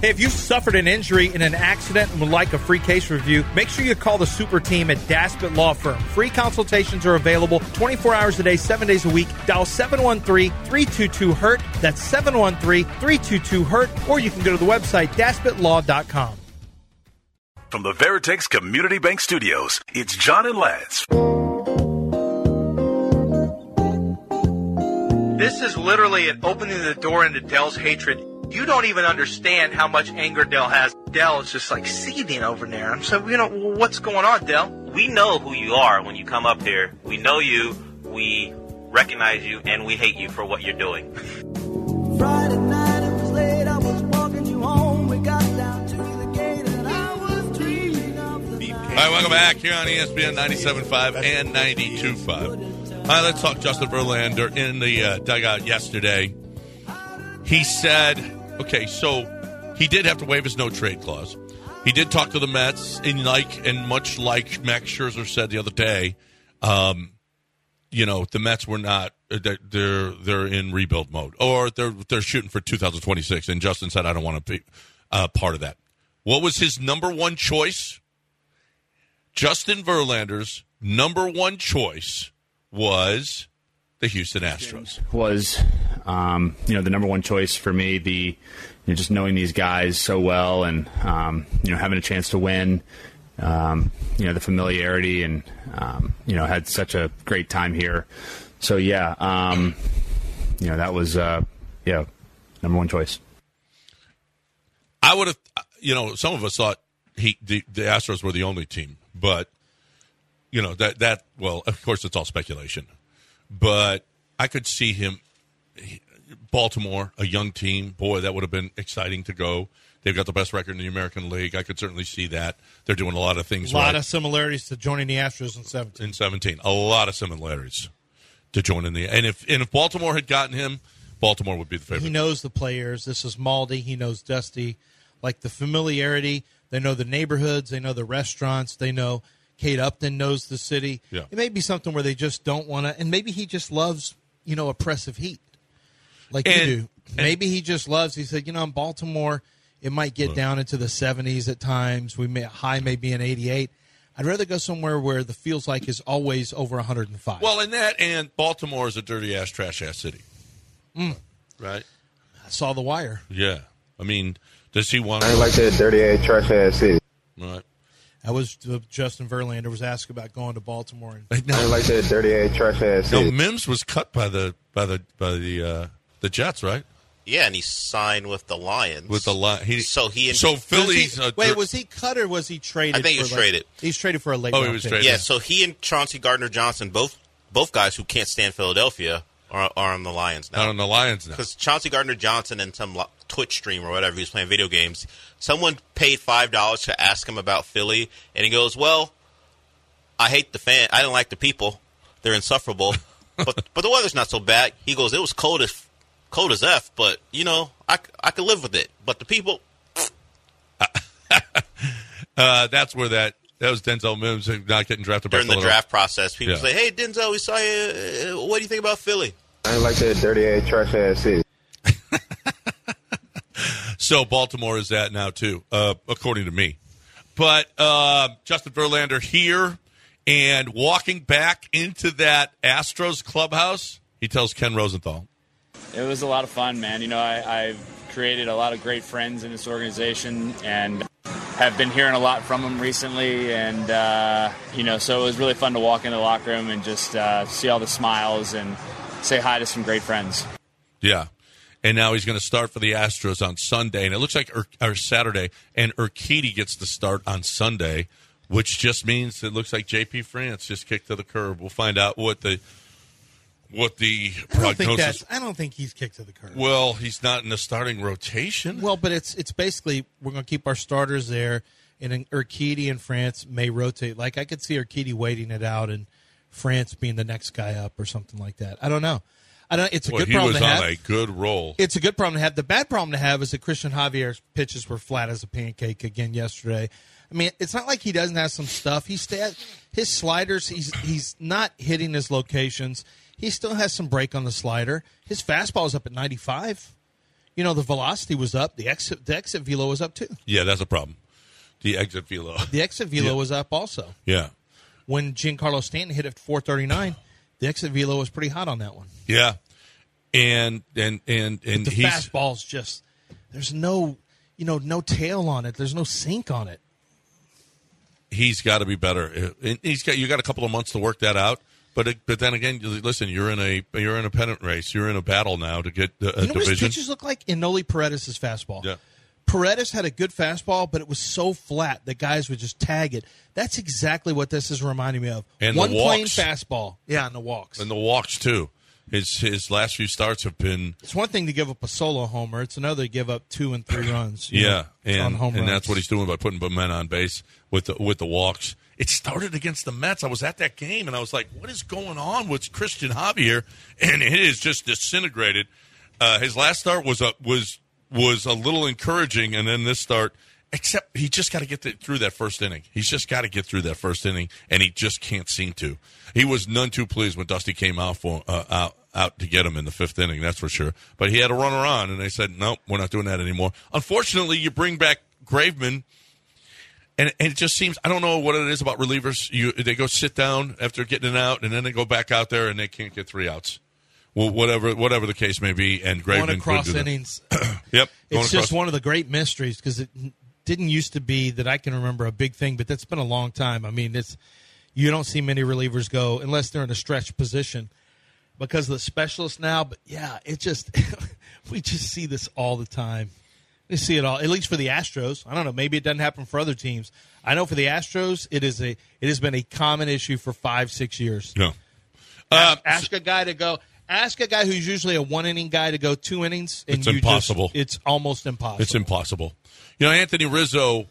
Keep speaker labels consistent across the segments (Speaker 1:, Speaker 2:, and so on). Speaker 1: Hey, if you've suffered an injury in an accident and would like a free case review, make sure you call the super team at Daspit Law Firm. Free consultations are available 24 hours a day, 7 days a week. Dial 713-322-HURT. E That's 713-322-HURT. E Or you can go to the website, daspitlaw.com.
Speaker 2: From the Veritex Community Bank Studios, it's John and Lance.
Speaker 1: This is literally an opening the door into Dell's hatred. You don't even understand how much anger Dell has. Dell is just like seething over there. I'm so, you know, what's going on, Dell?
Speaker 3: We know who you are when you come up here. We know you, we recognize you, and we hate you for what you're doing.
Speaker 4: Friday night, it was late. I was walking you home. We got down to the gate, and I was dreaming of the
Speaker 5: All right, welcome back here on E ESPN 97.5 and 92.5. All right, let's talk Justin Verlander in the uh, dugout yesterday. He said, okay, so he did have to waive his no trade clause. He did talk to the Mets, and like and much like Max Scherzer said the other day, um, you know the Mets were not uh, they're they're, they're in rebuild mode or they're they're shooting for 2026. And Justin said, I don't want to be uh, part of that. What was his number one choice? Justin Verlander's number one choice was the Houston Astros.
Speaker 6: was, um, you know, the number one choice for me. The you know, just knowing these guys so well, and um, you know, having a chance to win. Um, you know, the familiarity, and um, you know, had such a great time here. So yeah, um, you know, that was uh, yeah, number one choice.
Speaker 5: I would have, you know, some of us thought he the, the Astros were the only team, but you know that that well, of course, it's all speculation, but I could see him, he- Baltimore, a young team, boy, that would have been exciting to go. They've got the best record in the American League. I could certainly see that. They're doing a lot of things
Speaker 7: A lot
Speaker 5: right
Speaker 7: of similarities to joining the Astros in 17.
Speaker 5: in 17. A lot of similarities to join in the and if and if Baltimore had gotten him, Baltimore would be the
Speaker 8: Mm-hmm.
Speaker 5: favorite.
Speaker 7: He knows the players. This is Maldi. He knows Dusty. Like the familiarity. They know the neighborhoods. They know the restaurants. They know Kate Upton knows the city.
Speaker 5: Yeah.
Speaker 7: It may be something where they just don't want to. And maybe he just loves, you know, oppressive heat. Like
Speaker 5: And-
Speaker 7: you do. Maybe he just loves. He said, you know, in Baltimore, it might get down into the 70s at times. We may high may be in 88. I'd rather go somewhere where the feels like is always over 105.
Speaker 5: Well, in that and Baltimore is a dirty ass, trash ass city.
Speaker 8: Mm.
Speaker 5: Right.
Speaker 7: I saw the wire.
Speaker 5: Yeah. I mean, does he want?
Speaker 8: I ain't like that dirty ass trash ass city.
Speaker 5: Right.
Speaker 7: I was uh, Justin Verlander was asked about going to Baltimore, and
Speaker 8: I ain't like that dirty ass trash ass
Speaker 5: No,
Speaker 8: city.
Speaker 5: Mims was cut by the by the by the uh, the Jets, right?
Speaker 3: Yeah, and he signed with the Lions.
Speaker 5: With the line. He,
Speaker 3: So he and-
Speaker 5: so Philly's
Speaker 7: Was he-
Speaker 5: a dir-
Speaker 7: wait, was he cut or was he traded?
Speaker 3: I think he
Speaker 7: for
Speaker 3: was
Speaker 7: like-
Speaker 3: traded.
Speaker 7: He's traded for a late.
Speaker 5: Oh, he
Speaker 7: round
Speaker 5: was
Speaker 7: pick.
Speaker 5: traded.
Speaker 3: Yeah, so he and Chauncey Gardner Johnson, both both guys who can't stand Philadelphia, are, are on the Lions
Speaker 5: out
Speaker 3: now.
Speaker 5: on the Lions now.
Speaker 3: Because Chauncey Gardner Johnson and some lo- Twitch stream or whatever, he was playing video games. Someone paid five dollars to ask him about Philly, and he goes, "Well, I hate the fan. I didn't like the people. They're insufferable. but but the weather's not so bad." He goes, "It was cold as cold as f, but you know, I c- I could live with it. But the people."
Speaker 5: Uh, that's where that that was Denzel Mims not getting drafted by
Speaker 3: During the
Speaker 5: Philadelphia.
Speaker 3: draft process, people
Speaker 5: Yeah.
Speaker 3: say, "Hey, Denzel, we saw you. Uh, What do you think about Philly?"
Speaker 8: I ain't like that dirty ass trash ass city.
Speaker 5: So Baltimore is that now too, uh, according to me. But uh, Justin Verlander here and walking back into that Astros clubhouse, he tells Ken Rosenthal,
Speaker 9: It was a lot of fun, man. You know, I, I've created a lot of great friends in this organization and have been hearing a lot from them recently. And, uh, you know, so it was really fun to walk into the locker room and just uh, see all the smiles and say hi to some great friends.
Speaker 5: Yeah. And now he's going to start for the Astros on Sunday. And it looks like Ur- or Saturday. And Urquidy gets the start on Sunday, which just means it looks like JP France just kicked to the curb. We'll find out what the what the
Speaker 7: I don't think
Speaker 5: prognosis.
Speaker 7: that's. I don't think he's kicked to the curb. Well,
Speaker 5: Well, he's not in the starting rotation.
Speaker 7: but it's it's basically we're going to keep our starters there, and then Urquidy and France may rotate. Like I could see Urquidy waiting it out and France being the next guy up or something like that. I don't know. I don't. It's a
Speaker 5: Boy,
Speaker 7: good
Speaker 5: he
Speaker 7: problem
Speaker 5: was
Speaker 7: to
Speaker 5: on
Speaker 7: have.
Speaker 5: a good roll.
Speaker 7: it's a good problem to have. The bad problem to have is that Christian Javier's pitches were flat as a pancake again yesterday. I mean, it's not like he doesn't have some stuff. He sta- his sliders. He's he's not hitting his locations. He still has some break on the slider. His fastball is up at ninety five. you know, the velocity was up. The exit, the exit velo was up too.
Speaker 5: Yeah, that's a problem. The exit velo.
Speaker 7: The exit velo was up also.
Speaker 5: Yeah.
Speaker 7: When Giancarlo Stanton hit at 439, the exit velo was pretty hot on that one.
Speaker 5: Yeah. And and and and
Speaker 7: The
Speaker 5: he's
Speaker 7: fastball's just there's no, you know, no tail on it. There's no sink on it.
Speaker 5: he's got to be better. And he's got you got a couple of months to work that out. But it, but then again, you- listen, you're in a you're in a pennant race. You're in a battle now to get the, a
Speaker 7: You know what his
Speaker 5: division.
Speaker 7: pitches look like? Inoli Paredes' fastball.
Speaker 5: Yeah.
Speaker 7: Paredes had a good fastball, but it was so flat that guys would just tag it. That's exactly what this is reminding me of.
Speaker 5: And the
Speaker 7: One plain
Speaker 5: walks.
Speaker 7: fastball. Yeah, and the walks.
Speaker 5: and the walks too. His his last few starts have been
Speaker 7: it's one thing to give up a solo homer. It's another to give up two and three runs. you
Speaker 5: yeah,
Speaker 7: know,
Speaker 5: and
Speaker 7: on home
Speaker 5: and
Speaker 7: runs.
Speaker 5: that's what he's doing by putting men on base with the, with the walks. It started against the Mets. I was at that game and I was like, "What is going on with Christian Javier?" And it is just disintegrated. Uh, his last start was a was was a little encouraging, and then this start, except he just got to get th- through that first inning. He's just got to get through that first inning, and he just can't seem to. He was none too pleased when Dusty came out for uh, out out to get him in the fifth inning, that's for sure. But he had a runner on, and they said, "Nope, we're not doing that anymore." Unfortunately, you bring back Graveman, and, and it just seems I don't know what it is about relievers. You they go sit down after getting an out, and then they go back out there and they can't get three outs. Well, whatever whatever the case may be, and Graveman
Speaker 7: Going
Speaker 5: could
Speaker 7: across
Speaker 5: do that.
Speaker 7: innings.
Speaker 5: Yep, going
Speaker 7: it's just
Speaker 5: across.
Speaker 7: one of the great mysteries because it n- didn't used to be that I can remember a big thing, but that's been a long time. I mean, it's you don't see many relievers go unless they're in a stretch position because of the specialists now. But yeah, it just we just see this all the time. We see it all, at least for the Astros. I don't know. Maybe it doesn't happen for other teams. I know for the Astros, it is a it has been a common issue for five six years.
Speaker 5: No. Uh,
Speaker 7: Ask a guy to go. Ask a guy who's usually a one inning guy to go two innings, and
Speaker 5: It's
Speaker 7: you
Speaker 5: impossible.
Speaker 7: Just, it's almost impossible.
Speaker 5: It's impossible. You know, Anthony Rizzo.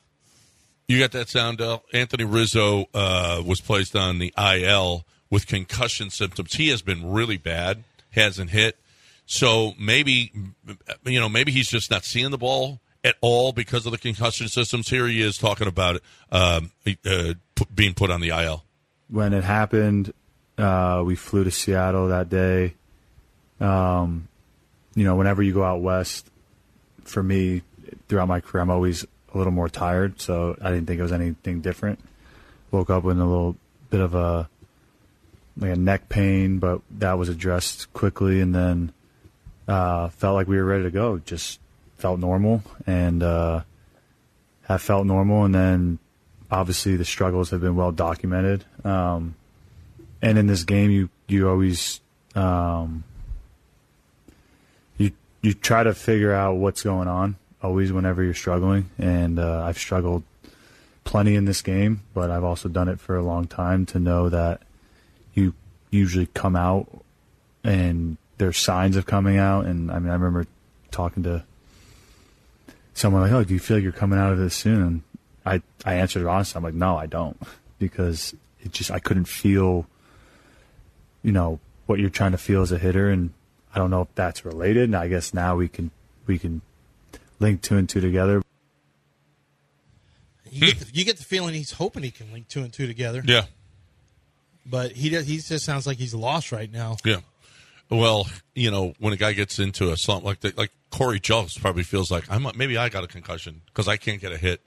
Speaker 5: You got that sound, Del? Anthony Rizzo uh, was placed on the IL with concussion symptoms. He has been really bad. Hasn't hit. So maybe, you know, maybe he's just not seeing the ball at all because of the concussion systems. Here he is talking about it um, uh, pu- being put on the IL.
Speaker 10: when it happened, uh, we flew to Seattle that day. Um, you know, whenever you go out west, for me, throughout my career, I'm always a little more tired, so I didn't think it was anything different. Woke up with a little bit of a like a neck pain, but that was addressed quickly, and then uh, felt like we were ready to go. Just felt normal, and uh, have felt normal, and then obviously the struggles have been well documented. Um, and in this game, you you always um, you you try to figure out what's going on always whenever you're struggling. And uh, I've struggled plenty in this game, but I've also done it for a long time to know that you usually come out and there's signs of coming out. And I mean, I remember talking to someone like, "Oh, do you feel like you're coming out of this soon?" And I I answered it honestly. I'm like, "No, I don't," because it just I couldn't feel, you know, what you're trying to feel as a hitter, and I don't know if that's related. And I guess now we can we can link two and two together.
Speaker 7: You get, the, you get the feeling he's hoping he can link two and two together,
Speaker 5: Yeah,
Speaker 7: but he does, he just sounds like he's lost right now.
Speaker 5: Yeah. Well, you know, when a guy gets into a slump like that, like Corey Jones probably feels like I'm maybe I got a concussion because I can't get a hit.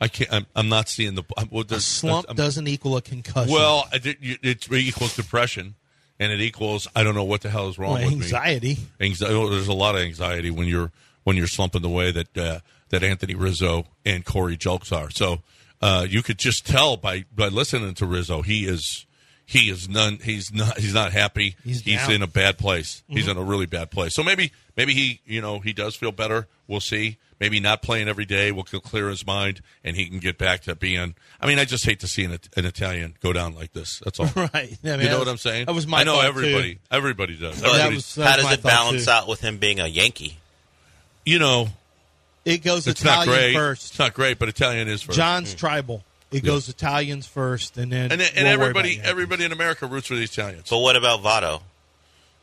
Speaker 5: I can't. I'm, I'm not seeing the I'm, well,
Speaker 7: A
Speaker 5: there's-
Speaker 7: slump
Speaker 5: I'm-
Speaker 7: doesn't equal a concussion.
Speaker 5: um, Well, I did- you- it equals depression, and it equals I don't know what the hell is wrong
Speaker 7: Well,
Speaker 5: with me.
Speaker 7: anxiety.
Speaker 5: Anxi- oh, there's a lot of anxiety when you're when you're slumping the way that uh, that Anthony Rizzo and Corey Jolks are. So uh, you could just tell by by listening to Rizzo, he is he is none he's not he's not happy.
Speaker 7: He's down. Mm-hmm.
Speaker 5: in a bad place. He's in a really bad place. So maybe maybe he you know he does feel better. We'll see. Maybe not playing every day will c- clear his mind and he can get back to being. I mean, I just hate to see an, It- an Italian go down like this. That's all.
Speaker 7: Right. I mean,
Speaker 5: You know
Speaker 7: that
Speaker 5: what
Speaker 7: was-
Speaker 5: I'm saying?
Speaker 7: that was my
Speaker 5: I know
Speaker 7: thought, too.
Speaker 5: everybody. Everybody does.
Speaker 3: But
Speaker 5: Everybody's-
Speaker 7: was- that was
Speaker 3: how does
Speaker 7: my
Speaker 3: it
Speaker 7: thought,
Speaker 3: balance
Speaker 7: too.
Speaker 3: out with him being a Yankee?
Speaker 5: you know,
Speaker 7: It goes
Speaker 5: it's
Speaker 7: Italian
Speaker 5: not great. It's
Speaker 7: first.
Speaker 5: not great, but Italian is first.
Speaker 7: John's tribal. It goes Italians first, and then
Speaker 5: and and
Speaker 7: we'll worry
Speaker 5: everybody
Speaker 7: about Yankees.
Speaker 5: everybody in America roots for the Italians.
Speaker 3: But what about Votto?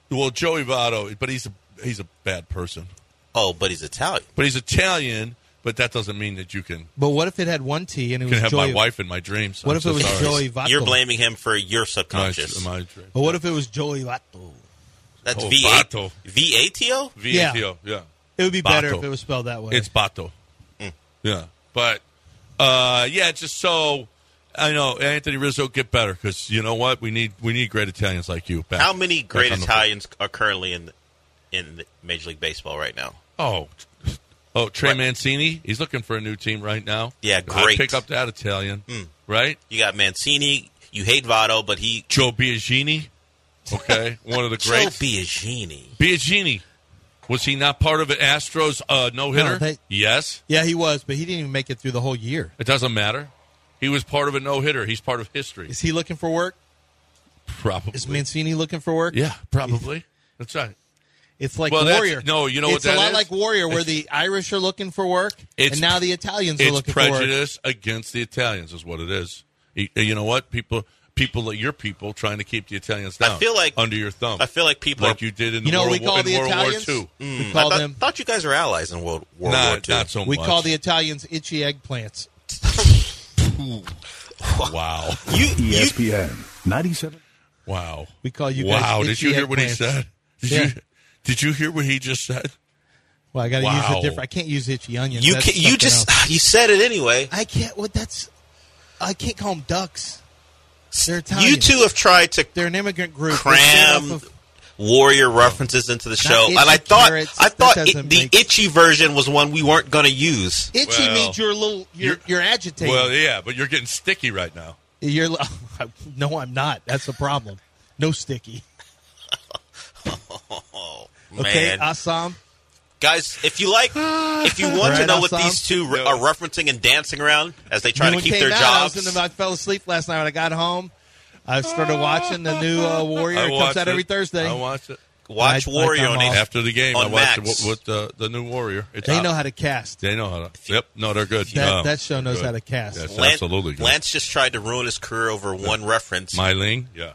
Speaker 5: Well, Joey Votto, but he's a he's a bad person.
Speaker 3: Oh, but he's Italian.
Speaker 5: But he's Italian, but that doesn't mean that you can
Speaker 7: But what if it had one T and it
Speaker 5: can
Speaker 7: was
Speaker 5: have
Speaker 7: Joey?
Speaker 5: my wife in my dreams.
Speaker 7: What
Speaker 5: I'm
Speaker 7: if
Speaker 5: so
Speaker 7: it was
Speaker 5: sorry.
Speaker 7: Joey Oh, Votto?
Speaker 3: You're blaming him for your
Speaker 5: My,
Speaker 3: subconscious.
Speaker 5: my dream.
Speaker 7: But what if it was Joey Votto?
Speaker 3: That's
Speaker 5: Oh,
Speaker 3: V A
Speaker 5: Votto.
Speaker 3: V A T O.
Speaker 5: VATO, yeah.
Speaker 7: It It would be better
Speaker 5: Bato.
Speaker 7: if it was spelled that way.
Speaker 5: It's Bato.
Speaker 3: Hmm.
Speaker 5: Yeah, but uh, yeah, it's just so I know Anthony Rizzo get better because you know what we need we need great Italians like you. Back,
Speaker 3: How many
Speaker 5: back
Speaker 3: great
Speaker 5: on the
Speaker 3: Italians are currently in in the Major League Baseball right now?
Speaker 5: field. Oh, oh, Trey Mancini, he's looking for a new team right now.
Speaker 3: Yeah,
Speaker 5: I
Speaker 3: great. Hmm.
Speaker 5: pick up that Italian, right?
Speaker 3: You got Mancini. You hate Votto, but he
Speaker 5: Joe Biagini. Okay, one of the
Speaker 3: Joe
Speaker 5: greats.
Speaker 3: Biagini.
Speaker 5: Biagini. Was he not part of an Astros uh, no hitter?
Speaker 7: No, they-
Speaker 5: yes.
Speaker 7: yeah, he was, but he didn't even make it through the whole year.
Speaker 5: It doesn't matter. He was part of a no hitter. He's part of history.
Speaker 7: Is he looking for work?
Speaker 5: Probably.
Speaker 7: Is Mancini looking for work?
Speaker 5: yeah, probably. That's right.
Speaker 7: It's like
Speaker 5: Well, that's-
Speaker 7: Warrior.
Speaker 5: no, you know what
Speaker 7: it's
Speaker 5: that
Speaker 7: a lot
Speaker 5: is?
Speaker 7: like Warrior, where the Irish are looking for work,
Speaker 5: It's-
Speaker 7: and now the Italians are
Speaker 5: It's
Speaker 7: looking for work.
Speaker 5: prejudice against the Italians, is what it is. You you know what? People, people, like your people, trying to keep the Italians down.
Speaker 3: I feel like-
Speaker 5: under your thumb.
Speaker 3: I feel like people
Speaker 5: like
Speaker 3: are-
Speaker 5: you did in
Speaker 7: You know what
Speaker 5: World,
Speaker 7: we
Speaker 5: War-
Speaker 7: call
Speaker 5: in
Speaker 7: the
Speaker 5: World
Speaker 7: Italians?
Speaker 5: War Hmm. II.
Speaker 7: We call
Speaker 3: I thought,
Speaker 7: them.
Speaker 3: thought you guys were allies in World, World
Speaker 5: Nah,
Speaker 3: War II.
Speaker 5: not so
Speaker 7: We
Speaker 5: much.
Speaker 7: call the Italians itchy eggplants.
Speaker 5: wow,
Speaker 3: you, you
Speaker 10: ESPN 97.
Speaker 5: wow,
Speaker 7: We call you guys
Speaker 5: wow. Did
Speaker 7: itchy
Speaker 5: you hear what he
Speaker 7: eggplants.
Speaker 5: said? Did
Speaker 7: Yeah.
Speaker 5: you did you hear what he just said?
Speaker 7: Well, I got to use
Speaker 5: Wow.
Speaker 7: a different. I can't use itchy onions.
Speaker 3: you
Speaker 7: That's
Speaker 3: ca- you
Speaker 7: something
Speaker 3: just
Speaker 7: else.
Speaker 3: you said it anyway.
Speaker 7: I can't. What? that's. I can't call them ducks. They're Italian.
Speaker 3: You two have tried to
Speaker 7: They're an immigrant group. They're set
Speaker 3: cram
Speaker 7: off of-
Speaker 3: warrior references into the show,
Speaker 7: itchy
Speaker 3: and I thought
Speaker 7: carrots.
Speaker 3: I
Speaker 7: That
Speaker 3: thought
Speaker 7: doesn't
Speaker 3: it, the
Speaker 7: make-
Speaker 3: itchy version was one we weren't going to use.
Speaker 7: itchy
Speaker 5: Well,
Speaker 7: means you're a little. You're,
Speaker 5: you're-
Speaker 7: you're, agitated.
Speaker 5: Well, yeah, but you're getting sticky right now.
Speaker 7: You're li- no, I'm not. That's the problem. No sticky. Okay,
Speaker 3: oh, Man,
Speaker 7: Assam.
Speaker 3: guys, if you like, if you want to
Speaker 7: Ah, Right,
Speaker 3: know what
Speaker 7: Assam?
Speaker 3: these two are referencing and dancing around as they try
Speaker 7: When
Speaker 3: to
Speaker 7: it
Speaker 3: keep
Speaker 7: came
Speaker 3: their
Speaker 7: out, I, was
Speaker 3: jobs,
Speaker 7: in the, I fell asleep last night when I got home. I started watching the new uh, Warrior.
Speaker 5: I
Speaker 7: It comes
Speaker 5: watched
Speaker 7: out every
Speaker 5: it.
Speaker 7: Thursday.
Speaker 5: I watched it
Speaker 3: watch
Speaker 7: I- I
Speaker 3: Warrior
Speaker 7: come
Speaker 3: on
Speaker 7: off.
Speaker 3: it.
Speaker 5: after the game.
Speaker 3: On
Speaker 5: I watched
Speaker 3: Max.
Speaker 5: it with the the new Warrior. It's
Speaker 7: They
Speaker 5: out.
Speaker 7: know how to cast.
Speaker 5: They know how to. Yep. No, they're good.
Speaker 7: That,
Speaker 5: Um,
Speaker 7: that show knows
Speaker 5: good.
Speaker 7: how to cast.
Speaker 5: Yes,
Speaker 3: Lan-
Speaker 5: absolutely. Good.
Speaker 3: Lance just tried to ruin his career over one reference.
Speaker 5: Myling. Yeah.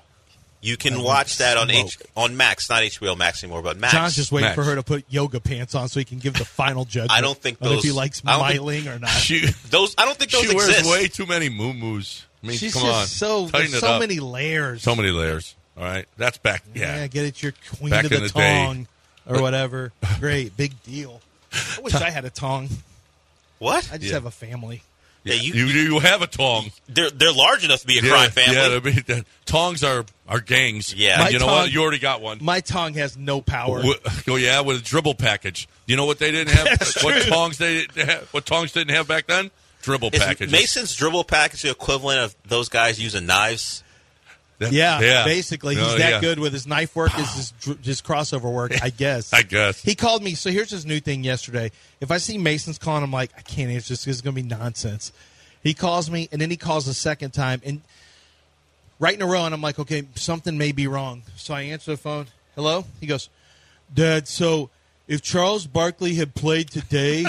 Speaker 3: you can watch that on H-
Speaker 7: smoke.
Speaker 3: on Max, not HBO Max anymore, but Max.
Speaker 7: John's just waiting
Speaker 5: Max.
Speaker 7: for her to put yoga pants on so he can give the final judgment.
Speaker 3: I don't think
Speaker 7: on if
Speaker 3: those-
Speaker 7: he likes
Speaker 3: I don't think-
Speaker 7: smiling or not.
Speaker 5: She
Speaker 3: those. I don't think those
Speaker 5: she wears
Speaker 3: exist.
Speaker 5: way too many moo-moos. I mean,
Speaker 7: She's
Speaker 5: come
Speaker 7: just
Speaker 5: on.
Speaker 7: so
Speaker 5: Tighten
Speaker 7: there's
Speaker 5: it
Speaker 7: so
Speaker 5: up.
Speaker 7: many layers.
Speaker 5: so many layers. All right, that's back. Yeah,
Speaker 7: get it. Your queen
Speaker 5: Back
Speaker 7: of
Speaker 5: in
Speaker 7: the,
Speaker 5: the day.
Speaker 7: tong or whatever. Great, big deal. I wish I had a tong.
Speaker 3: what?
Speaker 7: I just
Speaker 5: Yeah.
Speaker 7: have a family.
Speaker 3: Yeah,
Speaker 5: you,
Speaker 3: you-
Speaker 5: you have a tong.
Speaker 3: They're they're large enough to be a
Speaker 5: yeah,
Speaker 3: crime family.
Speaker 5: Yeah, I mean, the, tongs are are gangs.
Speaker 3: Yeah. My
Speaker 5: you know
Speaker 7: tong-
Speaker 5: what? You already got one.
Speaker 7: My tongue has no power.
Speaker 5: Wi- oh yeah, with a dribble package. You know what they didn't have? what tongs they didn't have, what tongs didn't have back then? Dribble
Speaker 3: Is
Speaker 5: packages.
Speaker 3: Mason's dribble package the equivalent of those guys using knives?
Speaker 5: That-
Speaker 7: Yeah, basically, he's
Speaker 5: Oh,
Speaker 7: that
Speaker 5: yeah.
Speaker 7: good with his knife work, is his, dr- his crossover work. I guess.
Speaker 5: I guess.
Speaker 7: he called me. So here's his new thing yesterday. If I see Mason's calling, I'm like, I can't answer this. 'cause It's going to be nonsense. He calls me, and then he calls a second time, and right in a row, and I'm like, okay, something may be wrong. So I answer the phone. Hello. He goes, Dad. So if Charles Barkley had played today.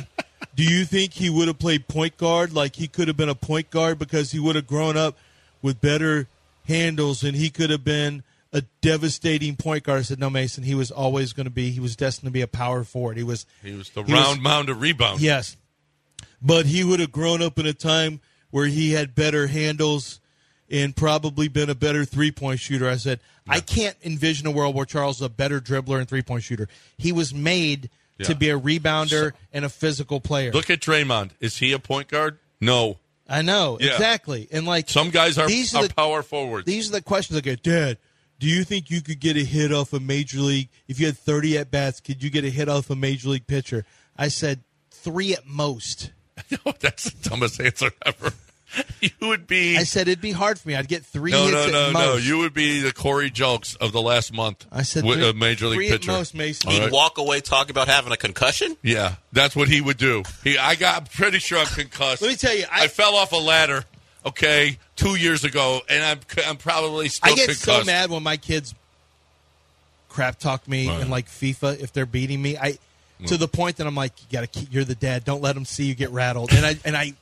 Speaker 7: Do you think he would have played point guard? Like he could have been a point guard because he would have grown up with better handles and he could have been a devastating point guard. I said, No, Mason, he was always going to be, he was destined to be a power forward. He was,
Speaker 5: He was the
Speaker 7: he was-
Speaker 5: round mound of rebound.
Speaker 7: yes. But he would have grown up in a time where he had better handles and probably been a better three point shooter. I said, I can't envision a world where Charles is a better dribbler and three point shooter. He was made
Speaker 5: Yeah.
Speaker 7: to be a rebounder and a physical player.
Speaker 5: Look at Draymond. Is he a point guard? No.
Speaker 7: I know
Speaker 5: Yeah.
Speaker 7: exactly, and like
Speaker 5: Some guys are,
Speaker 7: These are
Speaker 5: are
Speaker 7: the-
Speaker 5: power forwards.
Speaker 7: these are the questions I get. Dad, do you think you could get a hit off a major league if you had thirty at bats? Could you get a hit off a major league pitcher? I said three at most.
Speaker 5: No, Oh, that's the dumbest answer ever. You would be
Speaker 7: I said it'd be hard for me. I'd get three
Speaker 5: no,
Speaker 7: hits
Speaker 5: no,
Speaker 7: at
Speaker 5: no,
Speaker 7: most.
Speaker 5: no. You would be the Corey Jokes of the last month.
Speaker 7: I said
Speaker 5: with
Speaker 7: three-
Speaker 5: a major league
Speaker 7: three at
Speaker 5: pitcher.
Speaker 7: most, Mason.
Speaker 5: All
Speaker 3: He'd
Speaker 5: right.
Speaker 3: walk away talking about having a concussion.
Speaker 5: Yeah, that's what he would do. He, I got I'm pretty sure I'm concussed.
Speaker 7: Let me tell you,
Speaker 5: I,
Speaker 7: I-
Speaker 5: fell off a ladder. Okay, two years ago, and I'm I'm probably still
Speaker 7: I get
Speaker 5: concussed.
Speaker 7: so mad when my kids crap talk me
Speaker 5: Right.
Speaker 7: and like FIFA if they're beating me. I to the point that I'm like, you gotta keep. You're the dad. Don't let them see you get rattled. And I and I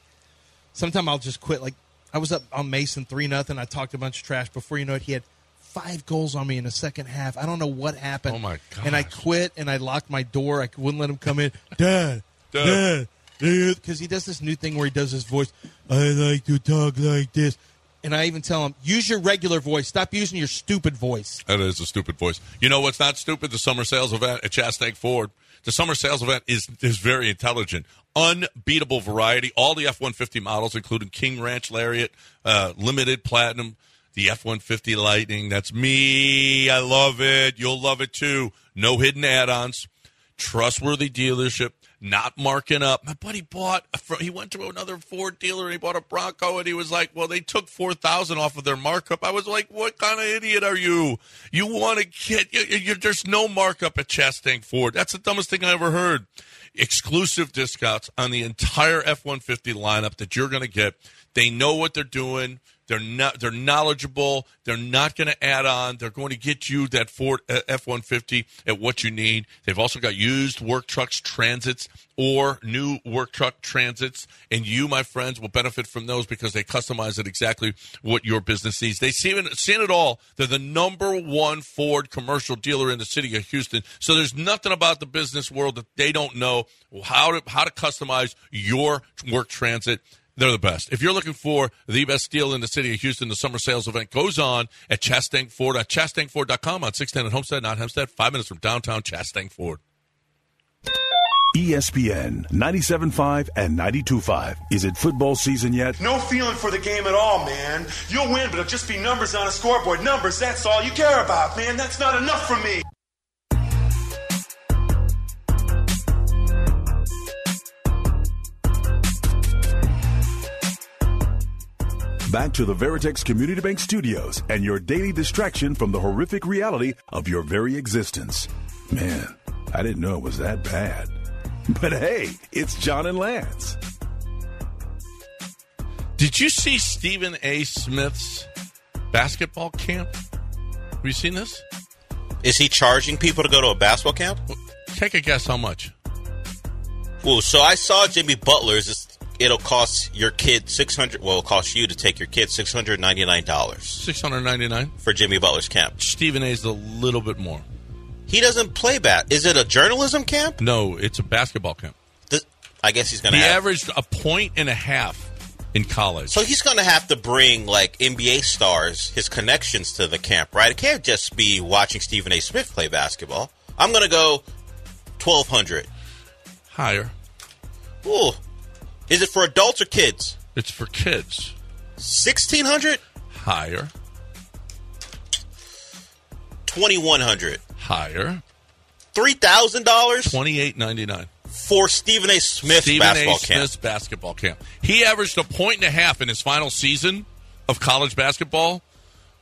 Speaker 7: sometimes I'll just quit. Like I was up on Mason three nothing. I talked a bunch of trash. Before you know it, he had five goals on me in the second half. I don't know what happened.
Speaker 5: Oh, my
Speaker 7: And I
Speaker 5: gosh.
Speaker 7: quit and I locked my door. I wouldn't let him come in. Dad,
Speaker 5: Dad.
Speaker 7: dad, dude, because he does this new thing where he does his voice. I like to talk like this. and I even tell them, use your regular voice. Stop using your stupid voice.
Speaker 5: That is a stupid voice. You know what's not stupid? The summer sales event at Chastang Ford. The summer sales event is is very intelligent. Unbeatable variety. All the F one fifty models, including King Ranch Lariat, uh, Limited Platinum, the F one fifty Lightning. That's me. I love it. You'll love it too. No hidden add ons. Trustworthy dealership. Not marking up. My buddy bought. A, fr- he went to another Ford dealer and he bought a Bronco and he was like, "Well, they took four thousand off of their markup." I was like, "What kind of idiot are you? You want to get? You, you, you- there's no markup at Chastang Ford. That's the dumbest thing I ever heard." Exclusive discounts on the entire F-150 lineup that you're going to get. They know what they're doing. They're not. They're knowledgeable. They're not going to add on. They're going to get you that Ford F one fifty at what you need. They've also got used work trucks, transits, or new work truck transits, and you, my friends, will benefit from those because they customize it exactly what your business needs. They see it, seen it all. They're the number one Ford commercial dealer in the city of Houston. So there's nothing about the business world that they don't know how to how to customize your work transit. They're the best. If you're looking for the best deal in the city of Houston, the summer sales event goes on at Chastang Ford at chastaingford.com on 610 at Homestead, not Hempstead, five minutes from downtown Chastang Ford.
Speaker 2: E ESPN 97.5 and 92.5. Is it football season yet?
Speaker 11: No feeling for the game at all, man. You'll win, but it'll just be numbers on a scoreboard. Numbers, that's all you care about, man. That's not enough for me.
Speaker 2: Back to the Veritex Community Bank Studios and your daily distraction from the horrific reality of your very existence. Man, I didn't know it was that bad. But hey, it's John and Lance.
Speaker 5: Did you see Stephen A. Smith's basketball camp? Have you seen this?
Speaker 3: Is he charging people to go to a basketball camp?
Speaker 5: Take a guess how much.
Speaker 3: Well, so I saw Jimmy Butler's. It's- It'll cost your kid six hundred. Well, it'll cost you to take your kid six hundred ninety nine dollars
Speaker 5: 699
Speaker 3: for Jimmy Butler's camp.
Speaker 5: Stephen A.'s a little bit more.
Speaker 3: He doesn't play bat. Is it a journalism camp?
Speaker 5: No, it's a basketball camp.
Speaker 3: Th- I guess he's gonna.
Speaker 5: He
Speaker 3: have,
Speaker 5: averaged a point and a half in college.
Speaker 3: So he's going to have to bring like NBA stars, his connections to the camp, right? It can't just be watching Stephen A. Smith play basketball. I'm going to go 1200.
Speaker 5: Higher.
Speaker 3: Ooh. Is it for adults or kids?
Speaker 5: It's for kids.
Speaker 3: 1600?
Speaker 5: Higher.
Speaker 3: 2100.
Speaker 5: Higher.
Speaker 3: $3,000
Speaker 5: Twenty eight ninety nine.
Speaker 3: for Stephen A. Smith's
Speaker 5: Stephen
Speaker 3: basketball
Speaker 5: A.
Speaker 3: camp.
Speaker 5: Smith's basketball camp. He averaged a point and a half in his final season of college basketball.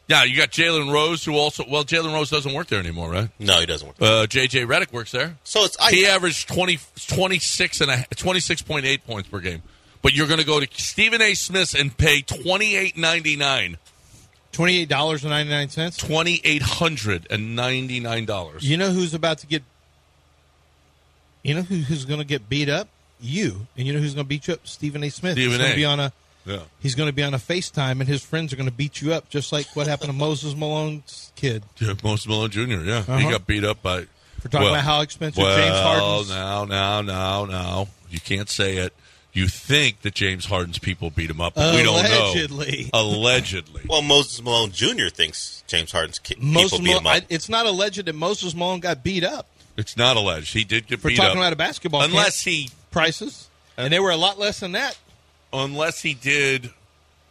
Speaker 5: Now you got Jalen Rose, who also well, Jalen Rose doesn't work there anymore, right?
Speaker 3: No, he doesn't. work.
Speaker 5: Uh, JJ Redick works there.
Speaker 3: So it's I,
Speaker 5: he averaged 20, 26 and a, 26.8 points per game. But you're going to go to Stephen A. Smith and pay twenty eight ninety nine,
Speaker 7: Twenty eight dollars and ninety nine cents.
Speaker 5: twenty eight hundred and ninety nine dollars.
Speaker 7: You know who's about to get. You know who, who's going to get beat up? You and you know who's going to beat you up? Stephen A. Smith.
Speaker 5: Stephen
Speaker 7: he's going
Speaker 5: A.
Speaker 7: to be on a.
Speaker 5: Yeah.
Speaker 7: He's going to be on a FaceTime, and his friends are going to beat you up, just like what happened to Moses Malone's kid.
Speaker 5: Yeah, Moses Malone Jr. Yeah, he
Speaker 7: Uh-huh.
Speaker 5: got beat up by.
Speaker 7: We're talking about how expensive
Speaker 5: well,
Speaker 7: James Harden's-
Speaker 5: Now, now, now, now, you can't say it. You think that James Harden's people beat him up, but we
Speaker 7: Allegedly.
Speaker 5: don't know. Allegedly,
Speaker 3: well, Moses Malone Jr. thinks James Harden's ki-
Speaker 7: Moses
Speaker 3: people beat him
Speaker 7: Malone-
Speaker 3: up.
Speaker 7: I- it's not alleged that Moses Malone got beat up.
Speaker 5: it's not alleged. He did get
Speaker 7: We're
Speaker 5: beat
Speaker 7: talking
Speaker 5: up,
Speaker 7: about a basketball camp.
Speaker 5: unless he,
Speaker 7: prices, and they were a lot less than that.
Speaker 5: unless he did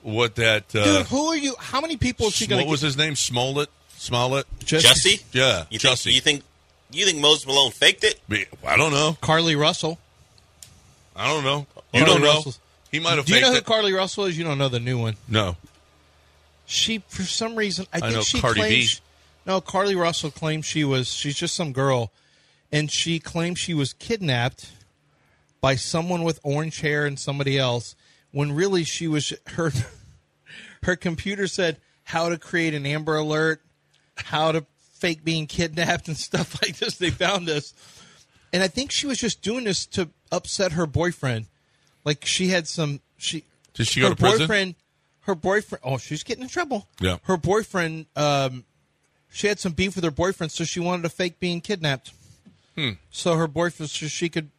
Speaker 5: what that. Uh,
Speaker 7: Dude, who are you? How many people is she going
Speaker 5: what was his name? Smollett. Smollett.
Speaker 3: Jesse?
Speaker 5: Yeah,
Speaker 3: You think,
Speaker 5: Jussie.
Speaker 3: you think you think Moses Malone faked it?
Speaker 5: Me- I don't know.
Speaker 7: Carly Russell?
Speaker 5: I don't know. You
Speaker 7: Carly
Speaker 5: don't know.
Speaker 7: Russell's-
Speaker 5: He might have.
Speaker 7: Do you know
Speaker 5: faked
Speaker 7: who
Speaker 5: it.
Speaker 7: Carly Russell is? You don't know the new one.
Speaker 5: no.
Speaker 7: She, for some reason, I think
Speaker 5: know
Speaker 7: she
Speaker 5: Cardi B.
Speaker 7: claims. No, Carly Russell claims she was. She's just some girl, and she claims she was kidnapped by someone with orange hair and somebody else. When really she was her. Her computer said how to create an Amber Alert, how to fake being kidnapped and stuff like this. They found us, and I think she was just doing this to upset her boyfriend. Like she had some she.
Speaker 5: Did she go
Speaker 7: her
Speaker 5: to prison?
Speaker 7: boyfriend, her boyfriend. Oh, she's getting in trouble.
Speaker 5: Yeah.
Speaker 7: Her boyfriend. Um, she had some beef with her boyfriend, so she wanted to fake being kidnapped. Hmm. So her boyfriend, so she could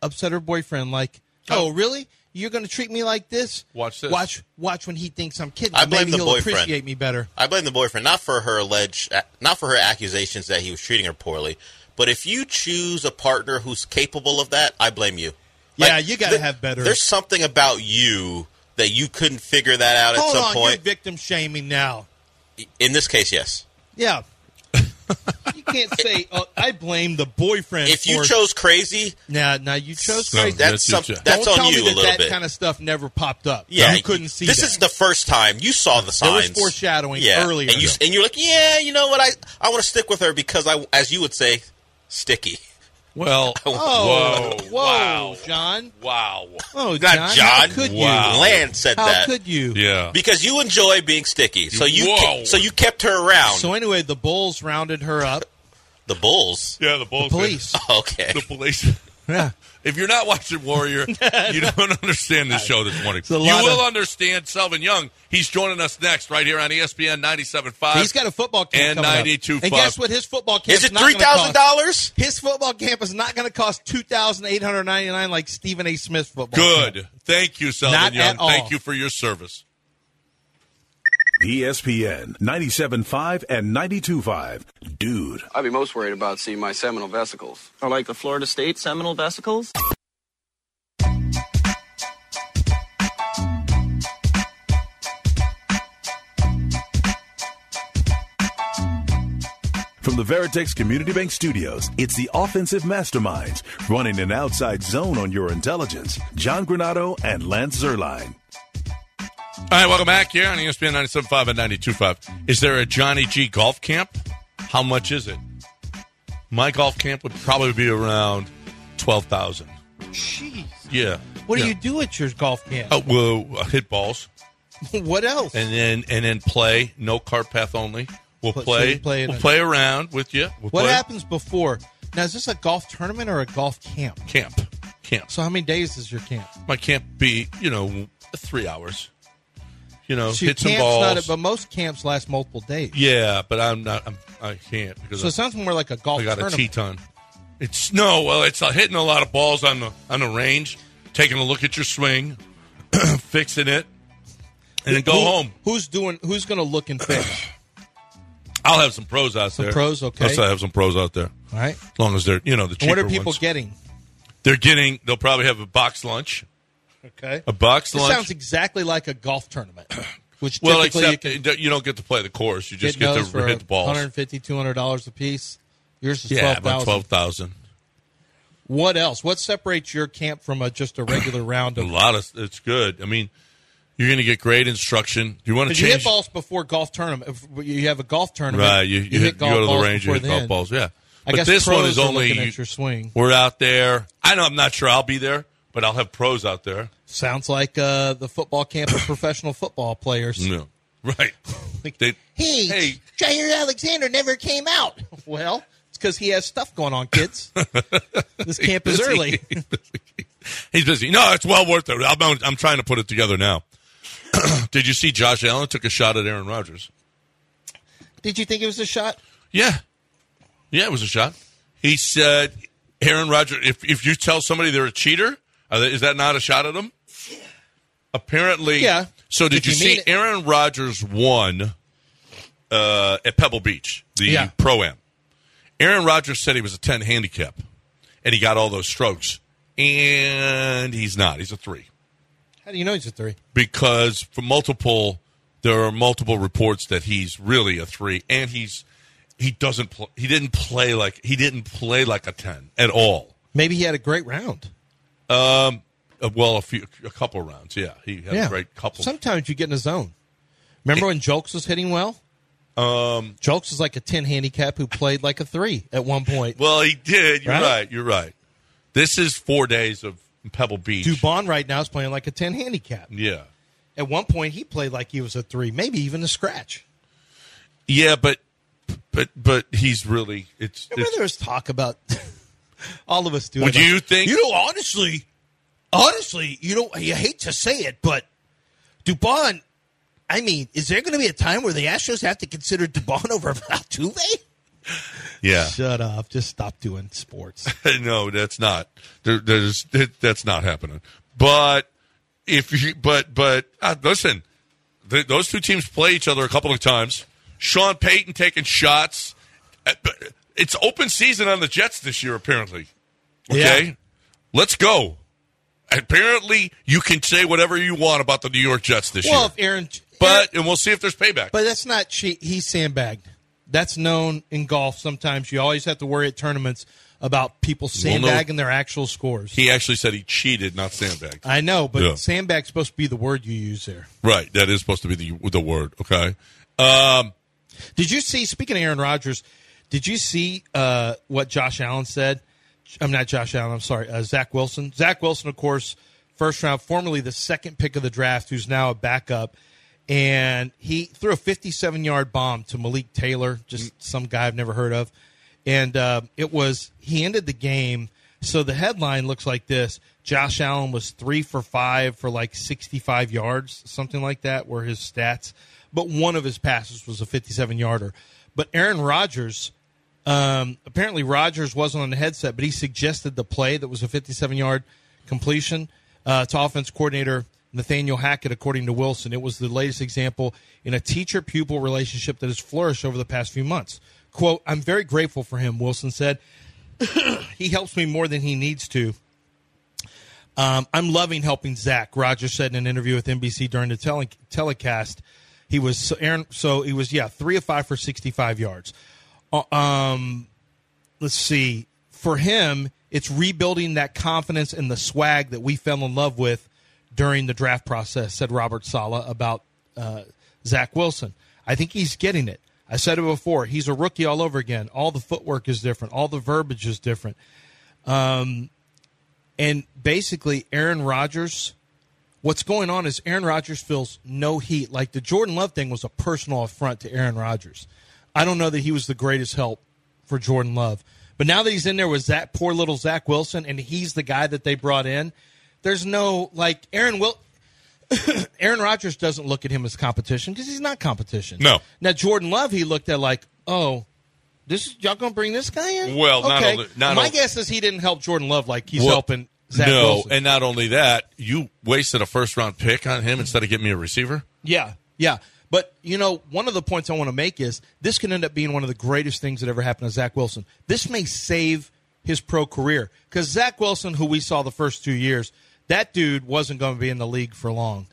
Speaker 7: upset her boyfriend. Like, oh, really? You're going to treat me like this?
Speaker 5: Watch this.
Speaker 7: Watch, watch when he thinks I'm kidding.
Speaker 3: I blame
Speaker 7: Maybe
Speaker 3: the
Speaker 7: he'll
Speaker 3: boyfriend.
Speaker 7: appreciate me better.
Speaker 3: I blame the boyfriend not for her alleged, not for her accusations that he was treating her poorly, but if you choose a partner who's capable of that, I blame you.
Speaker 7: Yeah, you gotta
Speaker 3: there-
Speaker 7: have better-
Speaker 3: There's something about you that you couldn't figure that out
Speaker 7: Hold
Speaker 3: at some
Speaker 7: on,
Speaker 3: point.
Speaker 7: you're victim shaming now.
Speaker 3: In this case, yes.
Speaker 7: Yeah. you can't say oh, I blame the boyfriend.
Speaker 3: If you
Speaker 7: for-
Speaker 3: chose crazy,
Speaker 7: nah, nah, you chose
Speaker 3: No,
Speaker 7: crazy.
Speaker 3: that's some-
Speaker 7: Don't
Speaker 3: that's on
Speaker 7: tell me
Speaker 3: you a
Speaker 7: that
Speaker 3: little
Speaker 7: that
Speaker 3: bit.
Speaker 7: kind of stuff never popped up.
Speaker 3: yeah,
Speaker 7: you couldn't see.
Speaker 3: This
Speaker 7: that.
Speaker 3: is the first time you saw the
Speaker 7: There was
Speaker 3: signs.
Speaker 7: foreshadowing
Speaker 3: yeah.
Speaker 7: earlier.
Speaker 3: and you and you're like, yeah, you know what? I I want to stick with her because I, as you would say, sticky.
Speaker 5: Well,
Speaker 7: Oh,
Speaker 5: whoa,
Speaker 7: whoa,
Speaker 5: wow,
Speaker 7: John.
Speaker 5: wow.
Speaker 7: Oh,
Speaker 3: Not John.
Speaker 7: How could
Speaker 5: Wow.
Speaker 7: you?
Speaker 3: Land said
Speaker 7: How
Speaker 3: that.
Speaker 7: could you?
Speaker 5: Yeah.
Speaker 3: because you enjoy being sticky, so you
Speaker 5: Whoa.
Speaker 3: ke- so you kept her around.
Speaker 7: So anyway, the Bulls rounded her up.
Speaker 3: the Bulls.
Speaker 5: Yeah, the Bulls.
Speaker 7: Police.
Speaker 3: Okay.
Speaker 5: The police.
Speaker 7: Yeah.
Speaker 5: If you're not watching Warrior, you don't understand the show this morning.
Speaker 7: a
Speaker 5: You
Speaker 7: lot
Speaker 5: will
Speaker 7: of-
Speaker 5: understand Selvin Young. He's joining us next right here on E ESPN 97.5.
Speaker 7: He's got a football camp
Speaker 5: And
Speaker 7: coming up.
Speaker 5: 92.5.
Speaker 7: And guess what? His football camp
Speaker 3: Is it
Speaker 7: not gonna
Speaker 3: three thousand
Speaker 7: cost-
Speaker 3: dollars?
Speaker 7: His football camp is not going to cost two thousand eight hundred ninety nine like Stephen A. Smith's football. camp.
Speaker 5: Good. Thank you, Selvin
Speaker 7: Not
Speaker 5: Young.
Speaker 7: at all.
Speaker 5: Thank you for your service.
Speaker 2: E ESPN 97.5 and 92.5. Dude.
Speaker 12: I'd be most worried about seeing my seminal vesicles.
Speaker 13: Or like the Florida State Seminole vesicles?
Speaker 2: From the Veritex Community Bank Studios, it's the offensive masterminds running an outside zone on your intelligence. John Granado and Lance Zerline.
Speaker 5: All right, welcome back here on E ESPN 97.5 and 92.5. Is there a Johnny G golf camp? How much is it? My golf camp would probably be around 12000
Speaker 7: Jeez.
Speaker 5: Yeah.
Speaker 7: What
Speaker 5: yeah.
Speaker 7: do you do at your golf camp?
Speaker 5: Uh, well, uh, hit balls.
Speaker 7: what else?
Speaker 5: and then and then play no cart path only. We'll
Speaker 7: Pl- so
Speaker 5: play.
Speaker 7: you play in
Speaker 5: we'll
Speaker 7: a-
Speaker 5: play around with you. We'll
Speaker 7: what
Speaker 5: play
Speaker 7: happens before? Now is this a golf tournament or a golf camp?
Speaker 5: Camp, camp.
Speaker 7: So how many days is your camp?
Speaker 5: My camp be you know three hours. You know,
Speaker 7: So your
Speaker 5: hit some
Speaker 7: camp's not
Speaker 5: balls.
Speaker 7: it, but most camps last multiple days.
Speaker 5: yeah, but I'm not. I'm, I can't because
Speaker 7: So it sounds more like a
Speaker 5: I,
Speaker 7: golf
Speaker 5: I got a
Speaker 7: tournament.
Speaker 5: teton. It's no. Well, it's uh, hitting a lot of balls on the on the range, taking a look at your swing, fixing it, and then go
Speaker 7: Who-
Speaker 5: home.
Speaker 7: Who's doing? Who's going to look and fish?
Speaker 5: I'll have some pros out
Speaker 7: Some
Speaker 5: there.
Speaker 7: pros, okay.
Speaker 5: I'll have some pros out there.
Speaker 7: All right.
Speaker 5: As long as they're you know the cheaper
Speaker 7: And what are people
Speaker 5: ones.
Speaker 7: getting?
Speaker 5: They're getting. They'll probably have a box lunch.
Speaker 7: Okay.
Speaker 5: A box
Speaker 7: This
Speaker 5: lunch.
Speaker 7: sounds exactly like a golf tournament, which
Speaker 5: well,
Speaker 7: typically you
Speaker 5: except
Speaker 7: can
Speaker 5: you, don't get to play the course. You just
Speaker 7: get
Speaker 5: get
Speaker 7: those
Speaker 5: to
Speaker 7: for
Speaker 5: hit the balls.
Speaker 7: 150 dollars a piece. Yours is
Speaker 5: Yeah,
Speaker 7: twelve
Speaker 5: about
Speaker 7: thousand.
Speaker 5: twelve thousand.
Speaker 7: What else? What separates your camp from a, just a regular round
Speaker 5: A
Speaker 7: of?
Speaker 5: lot of it's good. I mean, you're going to get great instruction. Do you want to
Speaker 7: Because you hit
Speaker 5: change?
Speaker 7: balls before golf tournament. If You have a golf tournament,
Speaker 5: right, you, you, hit,
Speaker 7: golf
Speaker 5: you go to the
Speaker 7: balls
Speaker 5: range. You
Speaker 7: before
Speaker 5: hit golf
Speaker 7: then.
Speaker 5: balls. Yeah,
Speaker 7: I
Speaker 5: but
Speaker 7: guess
Speaker 5: this
Speaker 7: pros
Speaker 5: one is
Speaker 7: are
Speaker 5: only
Speaker 7: looking at your swing.
Speaker 5: we're out there. I know. I'm not sure. I'll be there, but I'll have pros out there.
Speaker 7: Sounds like uh, the football camp of professional football players.
Speaker 5: No, right? They-
Speaker 7: Hey,
Speaker 5: Hey.
Speaker 7: Jair Alexander never came out. Well, it's because he has stuff going on, kids. this camp is early.
Speaker 5: He's busy. No, it's well worth it. I'm, I'm trying to put it together now. Did you see Josh Allen took a shot at Aaron Rodgers?
Speaker 7: Did you think it was a shot?
Speaker 5: Yeah. Yeah, it was a shot. He said, Aaron Rodgers, if, if you tell somebody they're a cheater, are they, is that not a shot at them? Apparently.
Speaker 7: Yeah.
Speaker 5: So
Speaker 7: If
Speaker 5: did you,
Speaker 7: you mean
Speaker 5: see
Speaker 7: it.
Speaker 5: Aaron Rodgers won uh, at Pebble Beach, the
Speaker 7: Yeah.
Speaker 5: pro-am? Aaron Rodgers said he was a 10 handicap, and he got all those strokes. And he's not. He's a 3
Speaker 7: How do you know he's a three?
Speaker 5: because for multiple there are multiple reports that he's really a three and he's he doesn't pl- he didn't play like he didn't play like a 10 at all
Speaker 7: Maybe he had a great round.
Speaker 5: Uh, well a few a couple rounds yeah he had a great couple
Speaker 7: Sometimes you get in a zone. Remember when Jolks was hitting well? Um, Jolks was like a ten handicap who played like a three at one point.
Speaker 5: well he did you're right?
Speaker 7: Right?
Speaker 5: you're right this is four days of pebble beach
Speaker 7: Dubon right now is playing like a ten handicap.
Speaker 5: yeah
Speaker 7: At one point, he played like he was a three, maybe even a scratch.
Speaker 5: yeah but but but he's really it's,
Speaker 7: Remember
Speaker 5: it's
Speaker 7: there was talk about all of us doing.
Speaker 5: Would
Speaker 7: it.
Speaker 5: you think-
Speaker 7: You know, honestly, honestly, you don't. You hate to say it, but Dubon. I mean, is there going to be a time where the Astros have to consider Dubon over Altuve?
Speaker 5: yeah
Speaker 7: Shut up! Just stop doing sports.
Speaker 5: no, that's not. There, there's that- that's not happening. But if you, but but uh, listen, th those two teams play each other a couple of times. Sean Payton taking shots. Uh, but It's open season on the Jets this year, apparently. Okay, let's go. Apparently, you can say whatever you want about the New York Jets this
Speaker 7: Well, if
Speaker 5: year,
Speaker 7: Aaron,
Speaker 5: but and we'll see if there's payback.
Speaker 7: but that's not cheat. He's sandbagged. That's known in golf. Sometimes you always have to worry at tournaments about people
Speaker 5: Well, no.
Speaker 7: sandbagging their actual scores.
Speaker 5: He actually said he cheated, not sandbagged.
Speaker 7: I know, but
Speaker 5: Yeah.
Speaker 7: sandbag's supposed to be the word you use there.
Speaker 5: Right, that is supposed to be the the word. Okay. Um,
Speaker 7: Did you see? Speaking of Aaron Rodgers, did you see uh, what Josh Allen said? I'm not Josh Allen. I'm sorry, uh, Zach Wilson. Zach Wilson, of course, first round, formerly the second pick of the draft, who's now a backup, and he threw a 57 yard bomb to Malik Taylor, just some guy I've never heard of, and uh, it was he ended the game. So the headline looks like this: Josh Allen was three for five for like 65 yards, something like that, were his stats. But one of his passes was a 57 yarder. But Aaron Rodgers, um, apparently Rodgers wasn't on the headset, but he suggested the play that was a 57 yard completion uh, to offense coordinator Nathaniel Hackett, according to Wilson. It was the latest example in a teacher pupil relationship that has flourished over the past few months. Quote, I'm very grateful for him, Wilson said. he helps me more than he needs to. Um, I'm loving helping Zach. Rogers said in an interview with NBC during the tele- telecast, he was so Aaron. So he was yeah three of five for 65 yards. Uh, um, let's see. For him, it's rebuilding that confidence and the swag that we fell in love with during the draft process, said Robert Sala about uh, Zach Wilson. I think he's getting it. I said it before. He's a rookie all over again. All the footwork is different. All the verbiage is different. Um, and basically, Aaron Rodgers, what's going on is Aaron Rodgers feels no heat. Like the Jordan Love thing was a personal affront to Aaron Rodgers. I don't know that he was the greatest help for Jordan Love. But now that he's in there with that poor little Zach Wilson and he's the guy that they brought in, there's no like Aaron Will Aaron Rodgers doesn't look at him as competition because he's not competition.
Speaker 5: No.
Speaker 7: Now Jordan Love, he looked at like, oh, this y'all gonna bring this guy in?
Speaker 5: Well, not
Speaker 7: okay.
Speaker 5: only- not
Speaker 7: my
Speaker 5: only-
Speaker 7: guess is he didn't help Jordan Love like he's
Speaker 5: Well,
Speaker 7: helping Zach
Speaker 5: no,
Speaker 7: Wilson.
Speaker 5: and not only that, you wasted a first round pick on him instead of getting me a receiver.
Speaker 7: Yeah, yeah. But you know, one of the points I want to make is this can end up being one of the greatest things that ever happened to Zach Wilson. This may save his pro career because Zach Wilson, who we saw the first two years, that dude wasn't going to be in the league for long.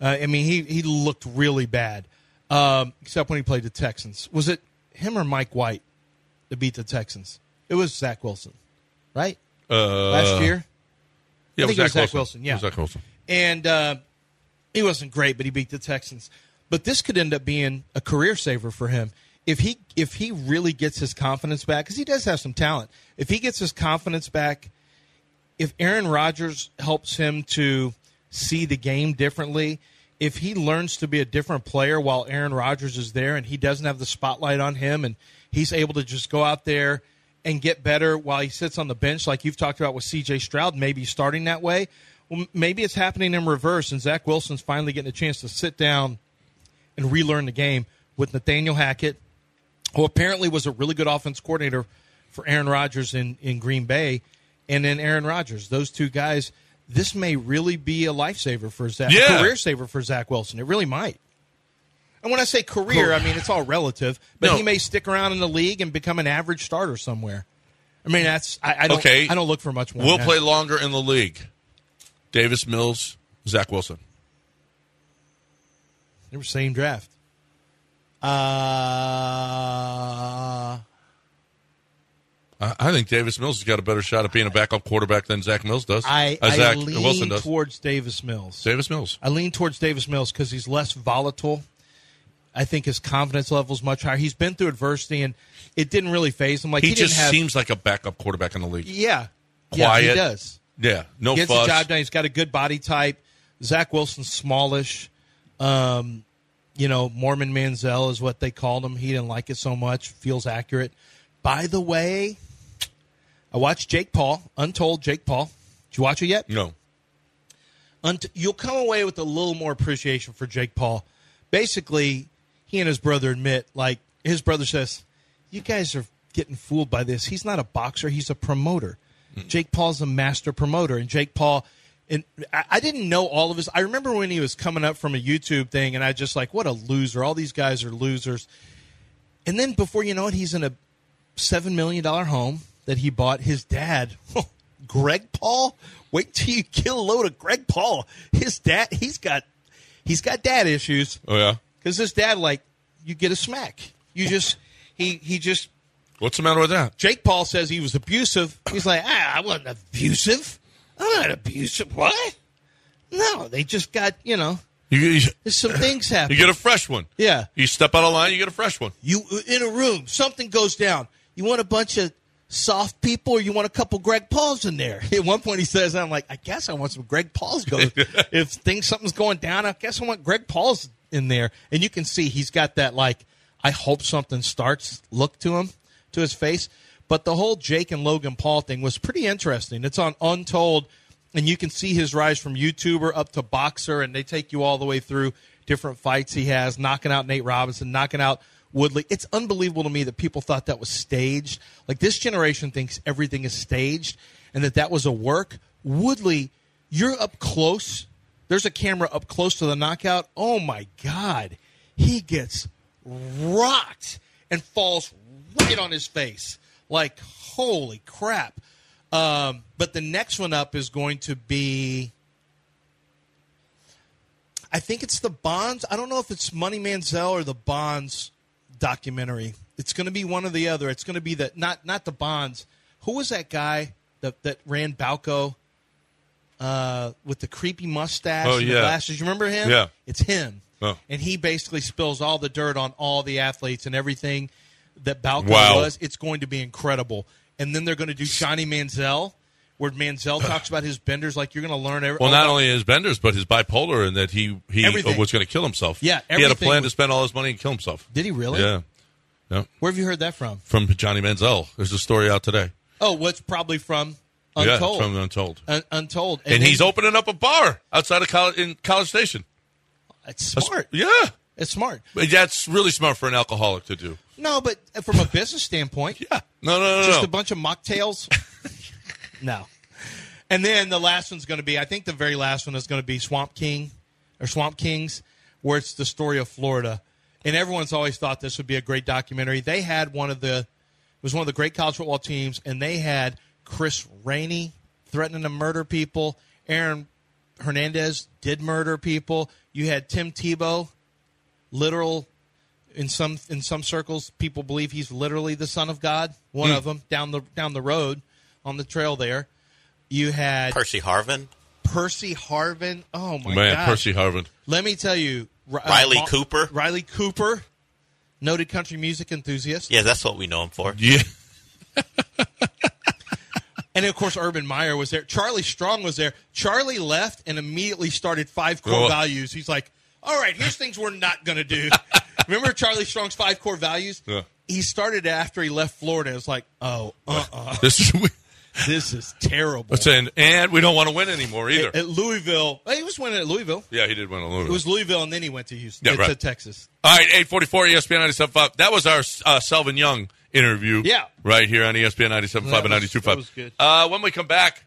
Speaker 7: Uh, I mean, he he looked really bad, um, except when he played the Texans. Was it him or Mike White that beat the Texans? It was Zach Wilson, right?
Speaker 5: Uh,
Speaker 7: Last year.
Speaker 5: yeah,
Speaker 7: I think it
Speaker 5: it was
Speaker 7: was
Speaker 5: Zach
Speaker 7: Zach
Speaker 5: Wilson.
Speaker 7: Wilson. Yeah,
Speaker 5: It was Zach Wilson.
Speaker 7: and uh, he wasn't great, but he beat the Texans. But this could end up being a career saver for him if he if he really gets his confidence back because he does have some talent. If he gets his confidence back, if Aaron Rodgers helps him to see the game differently, if he learns to be a different player while Aaron Rodgers is there and he doesn't have the spotlight on him and he's able to just go out there and get better while he sits on the bench, like you've talked about with CJ Stroud, maybe starting that way. Well, m- maybe it's happening in reverse and Zach Wilson's finally getting a chance to sit down and relearn the game with Nathaniel Hackett, who apparently was a really good offense coordinator for Aaron Rodgers in, in Green Bay, and then Aaron Rodgers. Those two guys, this may really be a lifesaver for Zach,
Speaker 5: Yeah.
Speaker 7: career saver for Zach Wilson. It really might. And when I say career, I mean it's all relative, but
Speaker 5: No.
Speaker 7: he may stick around in the league and become an average starter somewhere. I mean, that's I, I don't
Speaker 5: Okay.
Speaker 7: I don't look for much more.
Speaker 5: We'll
Speaker 7: than that.
Speaker 5: play longer in the league. Davis Mills, Zach Wilson.
Speaker 7: They were same draft. Uh,
Speaker 5: I, I think Davis Mills has got a better shot at being a backup quarterback than Zach Mills does.
Speaker 7: I,
Speaker 5: Uh,
Speaker 7: I
Speaker 5: Zach
Speaker 7: lean
Speaker 5: Wilson does.
Speaker 7: towards Davis Mills.
Speaker 5: Davis Mills.
Speaker 7: I lean towards Davis Mills because he's less volatile. I think his confidence level is much higher. He's been through adversity and it didn't really phase him. Like he,
Speaker 5: he just
Speaker 7: didn't have,
Speaker 5: seems like a backup quarterback in the league.
Speaker 7: yeah, Yeah,
Speaker 5: Quiet.
Speaker 7: he does.
Speaker 5: Yeah, no
Speaker 7: gets
Speaker 5: fuss.
Speaker 7: the job done. He's got a good body type. Zach Wilson's smallish. Um, you know, Mormon Manziel is what they called him. He didn't like it so much. Feels accurate. By the way, I watched Jake Paul, Untold Jake Paul. Did you watch it yet?
Speaker 5: No.
Speaker 7: unt- you'll come away with a little more appreciation for Jake Paul. Basically, he and his brother admit, like, his brother says, You guys are getting fooled by this. He's not a boxer, he's a promoter. Jake Paul's a master promoter. And Jake Paul and I, I didn't know all of his. I remember when he was coming up from a YouTube thing, and I just like, what a loser! All these guys are losers. And then before you know it, he's in a seven million dollar home that he bought. His dad, Greg Paul. Wait till you kill a load of Greg Paul. His dad, he's got, he's got dad issues.
Speaker 5: Oh yeah.
Speaker 7: Because his dad, like, you get a smack. You just, he he just.
Speaker 5: What's the matter with that?
Speaker 7: Jake Paul says he was abusive. He's like, ah, I wasn't abusive. I'm not abusive. What? No, they just got you know.
Speaker 5: You, you,
Speaker 7: There's some things happen.
Speaker 5: you get a fresh one.
Speaker 7: Yeah.
Speaker 5: You step out of line, you get a fresh one.
Speaker 7: You in a room, something goes down. You want a bunch of soft people, or you want a couple Greg Pauls in there? At one point, he says, "I'm like, I guess I want some Greg Pauls going. if things something's going down, I guess I want Greg Pauls in there." And you can see he's got that like, I hope something starts look to him, to his face. But the whole Jake and Logan Paul thing was pretty interesting. It's on Untold, and you can see his rise from YouTuber up to boxer, and they take you all the way through different fights he has, knocking out Nate Robinson, knocking out Woodley. It's unbelievable to me that people thought that was staged. Like this generation thinks everything is staged and that that was a work. Woodley, you're up close. There's a camera up close to the knockout. Oh my God. He gets rocked and falls right on his face. Like, holy crap. Um, but the next one up is going to be. I think it's the Bonds. I don't know if it's Money Manziel or the Bonds documentary. It's going to be one or the other. It's going to be the not not the Bonds. Who was that guy that that ran Balco uh, with the creepy mustache
Speaker 5: Oh,
Speaker 7: and the
Speaker 5: yeah.
Speaker 7: glasses? You remember him?
Speaker 5: Yeah.
Speaker 7: it's him.
Speaker 5: Oh.
Speaker 7: And he basically spills all the dirt on all the athletes and everything that Balco
Speaker 5: Wow.
Speaker 7: was. It's going to be incredible. And then they're going to do Johnny Manziel, where Manziel talks about his benders. Like you're going to learn. Every, oh,
Speaker 5: Well, not
Speaker 7: all-
Speaker 5: only his benders, but his bipolar, and that he he uh,
Speaker 7: Everything.
Speaker 5: was going to kill himself.
Speaker 7: Yeah,
Speaker 5: he had a
Speaker 7: everything
Speaker 5: plan to
Speaker 7: was-
Speaker 5: spend all his money and kill himself.
Speaker 7: Did he really?
Speaker 5: Yeah, yeah.
Speaker 7: Where have you heard that from?
Speaker 5: From Johnny Manziel. There's a story out today.
Speaker 7: Oh, what's probably from
Speaker 5: Yeah,
Speaker 7: Untold.
Speaker 5: it's from Untold.
Speaker 7: Un- Untold,
Speaker 5: And, he's
Speaker 7: then-
Speaker 5: opening up a bar outside of college in College Station.
Speaker 7: It's smart.
Speaker 5: Yeah,
Speaker 7: It's smart.
Speaker 5: But that's really smart for an alcoholic to do.
Speaker 7: No, but uh, from a business standpoint, yeah,
Speaker 5: No, no, no,
Speaker 7: just
Speaker 5: no.
Speaker 7: a bunch of mocktails. no, and then the last one's going to be. I think the very last one is going to be Swamp King or Swamp Kings, where it's the story of Florida. And everyone's always thought this would be a great documentary. They had one of the it was one of the great college football teams, and they had Chris Rainey threatening to murder people. Aaron Hernandez did murder people. You had Tim Tebow literal in some in some circles people believe he's literally the son of god one
Speaker 3: Hmm.
Speaker 7: of them down the down the road on the trail there you had
Speaker 3: Percy Harvin,
Speaker 7: percy harvin oh my
Speaker 5: Man,
Speaker 7: god
Speaker 5: Percy Harvin.
Speaker 7: let me tell you Ri- uh,
Speaker 3: Riley
Speaker 7: Ma-
Speaker 3: Cooper.
Speaker 7: riley cooper noted country music enthusiast
Speaker 3: Yeah, that's what we know him for.
Speaker 5: Yeah.
Speaker 7: and of course urban meyer was there charlie strong was there charlie left and immediately started five core
Speaker 5: Oh.
Speaker 7: values he's like all right here's things we're not going to do remember charlie strong's five core values
Speaker 5: Yeah.
Speaker 7: he started after he left Florida. It was like, oh, uh, uh
Speaker 5: This is
Speaker 7: this is terrible.
Speaker 5: what's in, and we don't want to win anymore either.
Speaker 7: At, at Louisville, well, he was winning at Louisville.
Speaker 5: yeah, he did win a little.
Speaker 7: It
Speaker 5: bit.
Speaker 7: was Louisville, and then he went to Houston,
Speaker 5: Yeah,
Speaker 7: to-
Speaker 5: right.
Speaker 7: to Texas.
Speaker 5: All right, E 844 ESPN 97.5. That was our uh, Selvin Young interview.
Speaker 7: Yeah.
Speaker 5: Right here on E ESPN 97.5 and
Speaker 7: That was-
Speaker 5: 92.5.
Speaker 7: that was good.
Speaker 5: Uh, when we come back,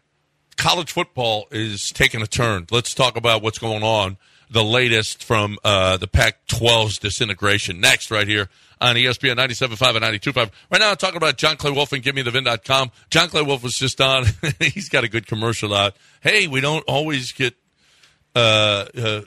Speaker 5: college football is taking a turn. Let's talk about what's going on, the latest from uh, the Pac 12's disintegration. Next, right here on E ESPN 97.5 and 92.5. Right now, I'm talking about John Clay Wolf and GiveMeTheVin.com. John Clay Wolf was just on. He's got a good commercial out. Hey, we don't always get. Uh, uh,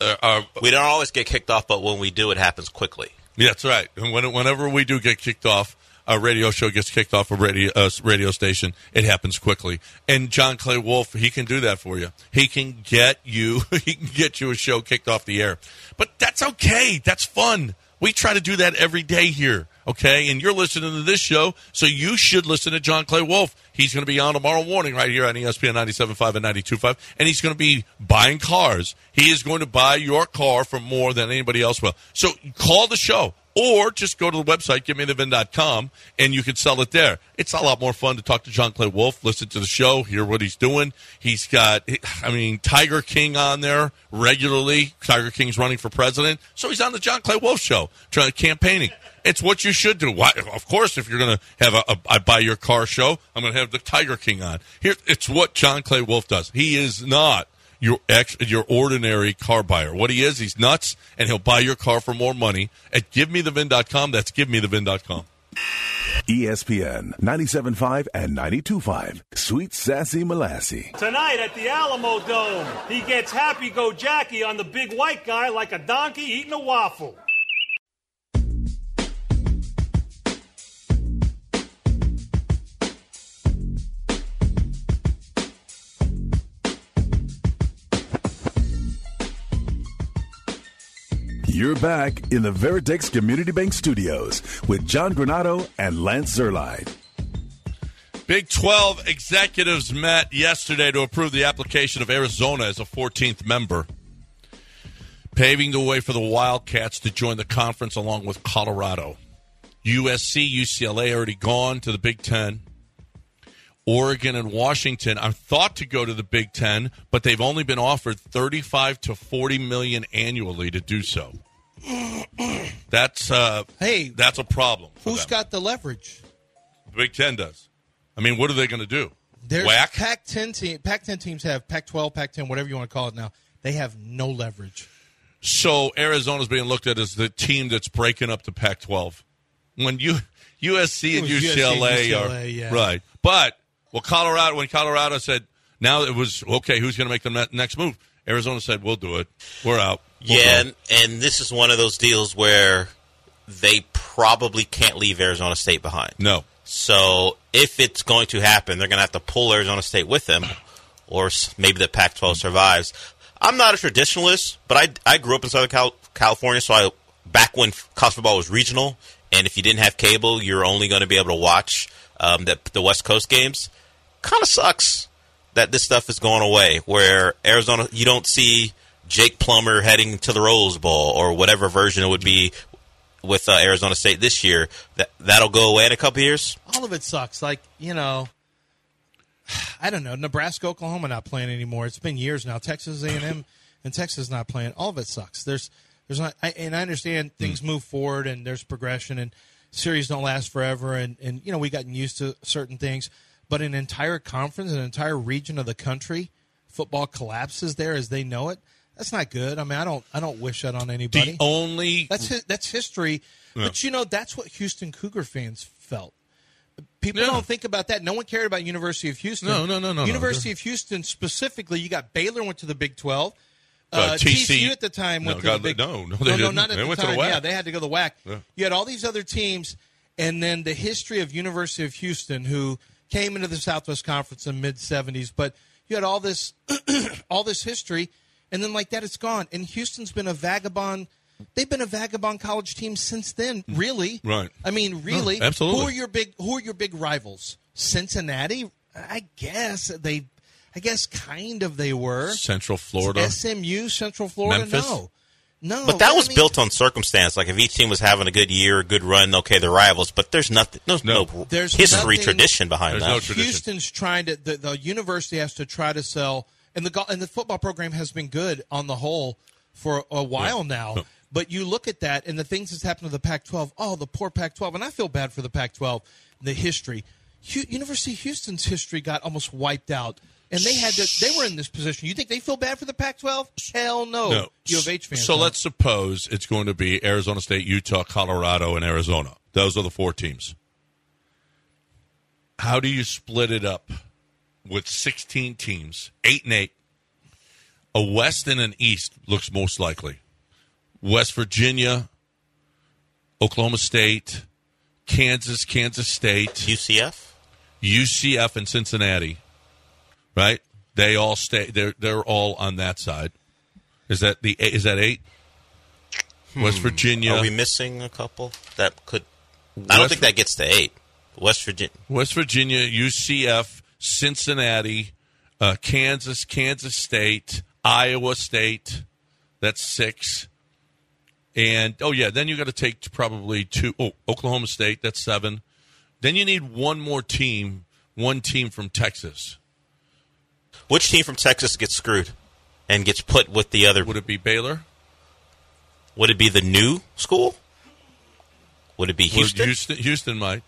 Speaker 5: uh, our,
Speaker 3: We don't always get kicked off, but when we do, it happens quickly.
Speaker 5: yeah, that's right. And when, whenever we do get kicked off, a radio show gets kicked off a radio uh, radio station. It happens quickly. And John Clay Wolf, he can do that for you. He can get you. He can get you a show kicked off the air. But that's okay. That's fun. We try to do that every day here. Okay, and you're listening to this show, so you should listen to John Clay Wolf. He's going to be on tomorrow morning right here on E ESPN 97.5 and 92.5, and he's going to be buying cars. He is going to buy your car for more than anybody else will. So call the show Or just go to the website, givemethevin.com, and you can sell it there. It's a lot more fun to talk to John Clay Wolf, listen to the show, hear what he's doing. He's got, I mean, Tiger King on there regularly. Tiger King's running for president. So he's on the John Clay Wolf show, trying campaigning. It's what you should do. Why, of course, if you're going to have a, a I buy your car show, I'm going to have the Tiger King on. Here, it's what John Clay Wolf does. He is not your ex, your ordinary car buyer. What he is, he's nuts, and he'll buy your car for more money at GiveMeTheVin.com. That's GiveMeTheVin.com.
Speaker 2: E ESPN 97.5 and 92.5. Sweet Sassy Molassie.
Speaker 14: Tonight at the Alamo Dome, he gets happy go jacky on the big white guy like a donkey eating a waffle.
Speaker 2: You're back in the Veritex Community Bank Studios with John Granado and Lance Zerline.
Speaker 5: Big 12 executives met yesterday to approve the application of Arizona as a 14th member, paving the way for the Wildcats to join the conference along with Colorado. USC, UCLA already gone to the Big 10. Oregon and Washington are thought to go to the Big 10, but they've only been offered 35 to 40 million annually to do so. That's uh hey, that's a problem. for
Speaker 7: Who's
Speaker 5: them.
Speaker 7: got the leverage?
Speaker 5: The Big Ten does. I mean, what are they going to do?
Speaker 7: There's
Speaker 5: Whack?
Speaker 7: Pac-10 team, Pac-10 teams have Pac-12, Pac-10, whatever you want to call it now. They have no leverage.
Speaker 5: So Arizona's being looked at as the team that's breaking up the Pac-12. When you USC
Speaker 7: It
Speaker 5: and
Speaker 7: was USC,
Speaker 5: UCLA, are
Speaker 7: UCLA, yeah.
Speaker 5: right, but well, Colorado when Colorado said now it was okay, who's going to make the ne- next move? Arizona said we'll do it. We're out. We'll go.
Speaker 3: Yeah, and, and this is one of those deals where they probably can't leave Arizona State behind.
Speaker 5: No.
Speaker 3: So if it's going to happen, they're going to have to pull Arizona State with them, or s- maybe the Pac-12 survives. I'm not a traditionalist, but I, I grew up in Southern Cal- California, so I back when college football was regional, and if you didn't have cable, you're only going to be able to watch um, the, the West Coast games. Kind of sucks that this stuff is going away. Where Arizona, you don't see Jake Plummer heading to the Rose Bowl or whatever version it would be with uh, Arizona State this year. That that'll go away in a couple years.
Speaker 7: All of it sucks. Like you know, I don't know. Nebraska, Oklahoma not playing anymore. It's been years now. Texas A&M and Texas not playing. All of it sucks. There's there's not. I, and I understand things move forward and there's progression and series don't last forever. And and you know we gotten used to certain things. But an entire conference, an entire region of the country, football collapses there as they know it. That's not good. I mean, I don't I don't wish that on anybody.
Speaker 5: only
Speaker 7: that's hi- that's history.
Speaker 5: Yeah.
Speaker 7: But you know that's what Houston Cougar fans felt. People don't think about that. No one cared about University of Houston.
Speaker 5: No, no, no, no, no.
Speaker 7: University of Houston specifically, you got Baylor went to the Big Twelve. Uh,
Speaker 5: Uh, TC
Speaker 7: TCU at the time went
Speaker 5: No,
Speaker 7: to
Speaker 5: God,
Speaker 7: the Big
Speaker 5: no, no, they
Speaker 7: no,
Speaker 5: didn't.
Speaker 7: not at
Speaker 5: They
Speaker 7: the
Speaker 5: went to
Speaker 7: time.
Speaker 5: the WAC.
Speaker 7: Yeah, they had to go to the WAC.
Speaker 5: Yeah.
Speaker 7: You had all these other teams, and then the history of University of Houston, who came into the Southwest Conference in mid '70s. But you had all this, all this history, and then like that, it's gone. And Houston's been a vagabond. They've been a vagabond college team since then.
Speaker 3: Mm.
Speaker 7: Really,
Speaker 5: Right.
Speaker 7: I mean, really,
Speaker 5: No, absolutely.
Speaker 7: Who are your big Who are your big rivals? Cincinnati, I guess they, I guess kind of they were
Speaker 5: Central Florida.
Speaker 7: SMU, Central Florida.
Speaker 3: Memphis?
Speaker 7: No, no,
Speaker 3: But that
Speaker 7: I
Speaker 3: was
Speaker 7: mean-
Speaker 3: built on circumstance. Like if each team was having a good year, a good run, okay, they're rivals. But there's nothing, no, no,
Speaker 7: There's
Speaker 3: history,
Speaker 7: nothing-
Speaker 3: tradition behind that.
Speaker 7: Houston's trying to the, the university has to try to sell, and the go- and the football program has been good on the whole for a while now. But you look at that and the things that's happened to the Pac-12. Oh, the poor Pac-12, and I feel bad for the Pac-12. The history, Hu- University of Houston's history got almost wiped out, and they had to. They were in this position. You think they feel bad for the Pac-12? Hell no.
Speaker 5: No.
Speaker 7: Oh, U of H fans.
Speaker 5: So
Speaker 7: don't.
Speaker 5: let's suppose it's going to be Arizona State, Utah, Colorado, and Arizona. Those are the four teams. How do you split it up with 16 teams, eight and eight? A West and an East looks most likely. West Virginia, Oklahoma State, Kansas, Kansas State,
Speaker 3: UCF,
Speaker 5: UCF, and Cincinnati. Right? They all stay. They're they're all on that side. Is that the is that eight? West
Speaker 3: Hmm.
Speaker 5: Virginia.
Speaker 3: Are we missing a couple that could? I don't
Speaker 5: West-
Speaker 3: think that gets to eight. West Virginia.
Speaker 5: West Virginia, UCF, Cincinnati, uh, Kansas, Kansas State, Iowa State. That's six. And oh yeah, then you got to take to probably two oh, Oklahoma State. That's seven. Then you need one more team. One team from Texas.
Speaker 3: Which team from Texas gets screwed and gets put with the other?
Speaker 5: Would it be Baylor?
Speaker 3: Would it be the new school? Would it be
Speaker 5: Would
Speaker 3: Houston?
Speaker 5: Houston, Houston might.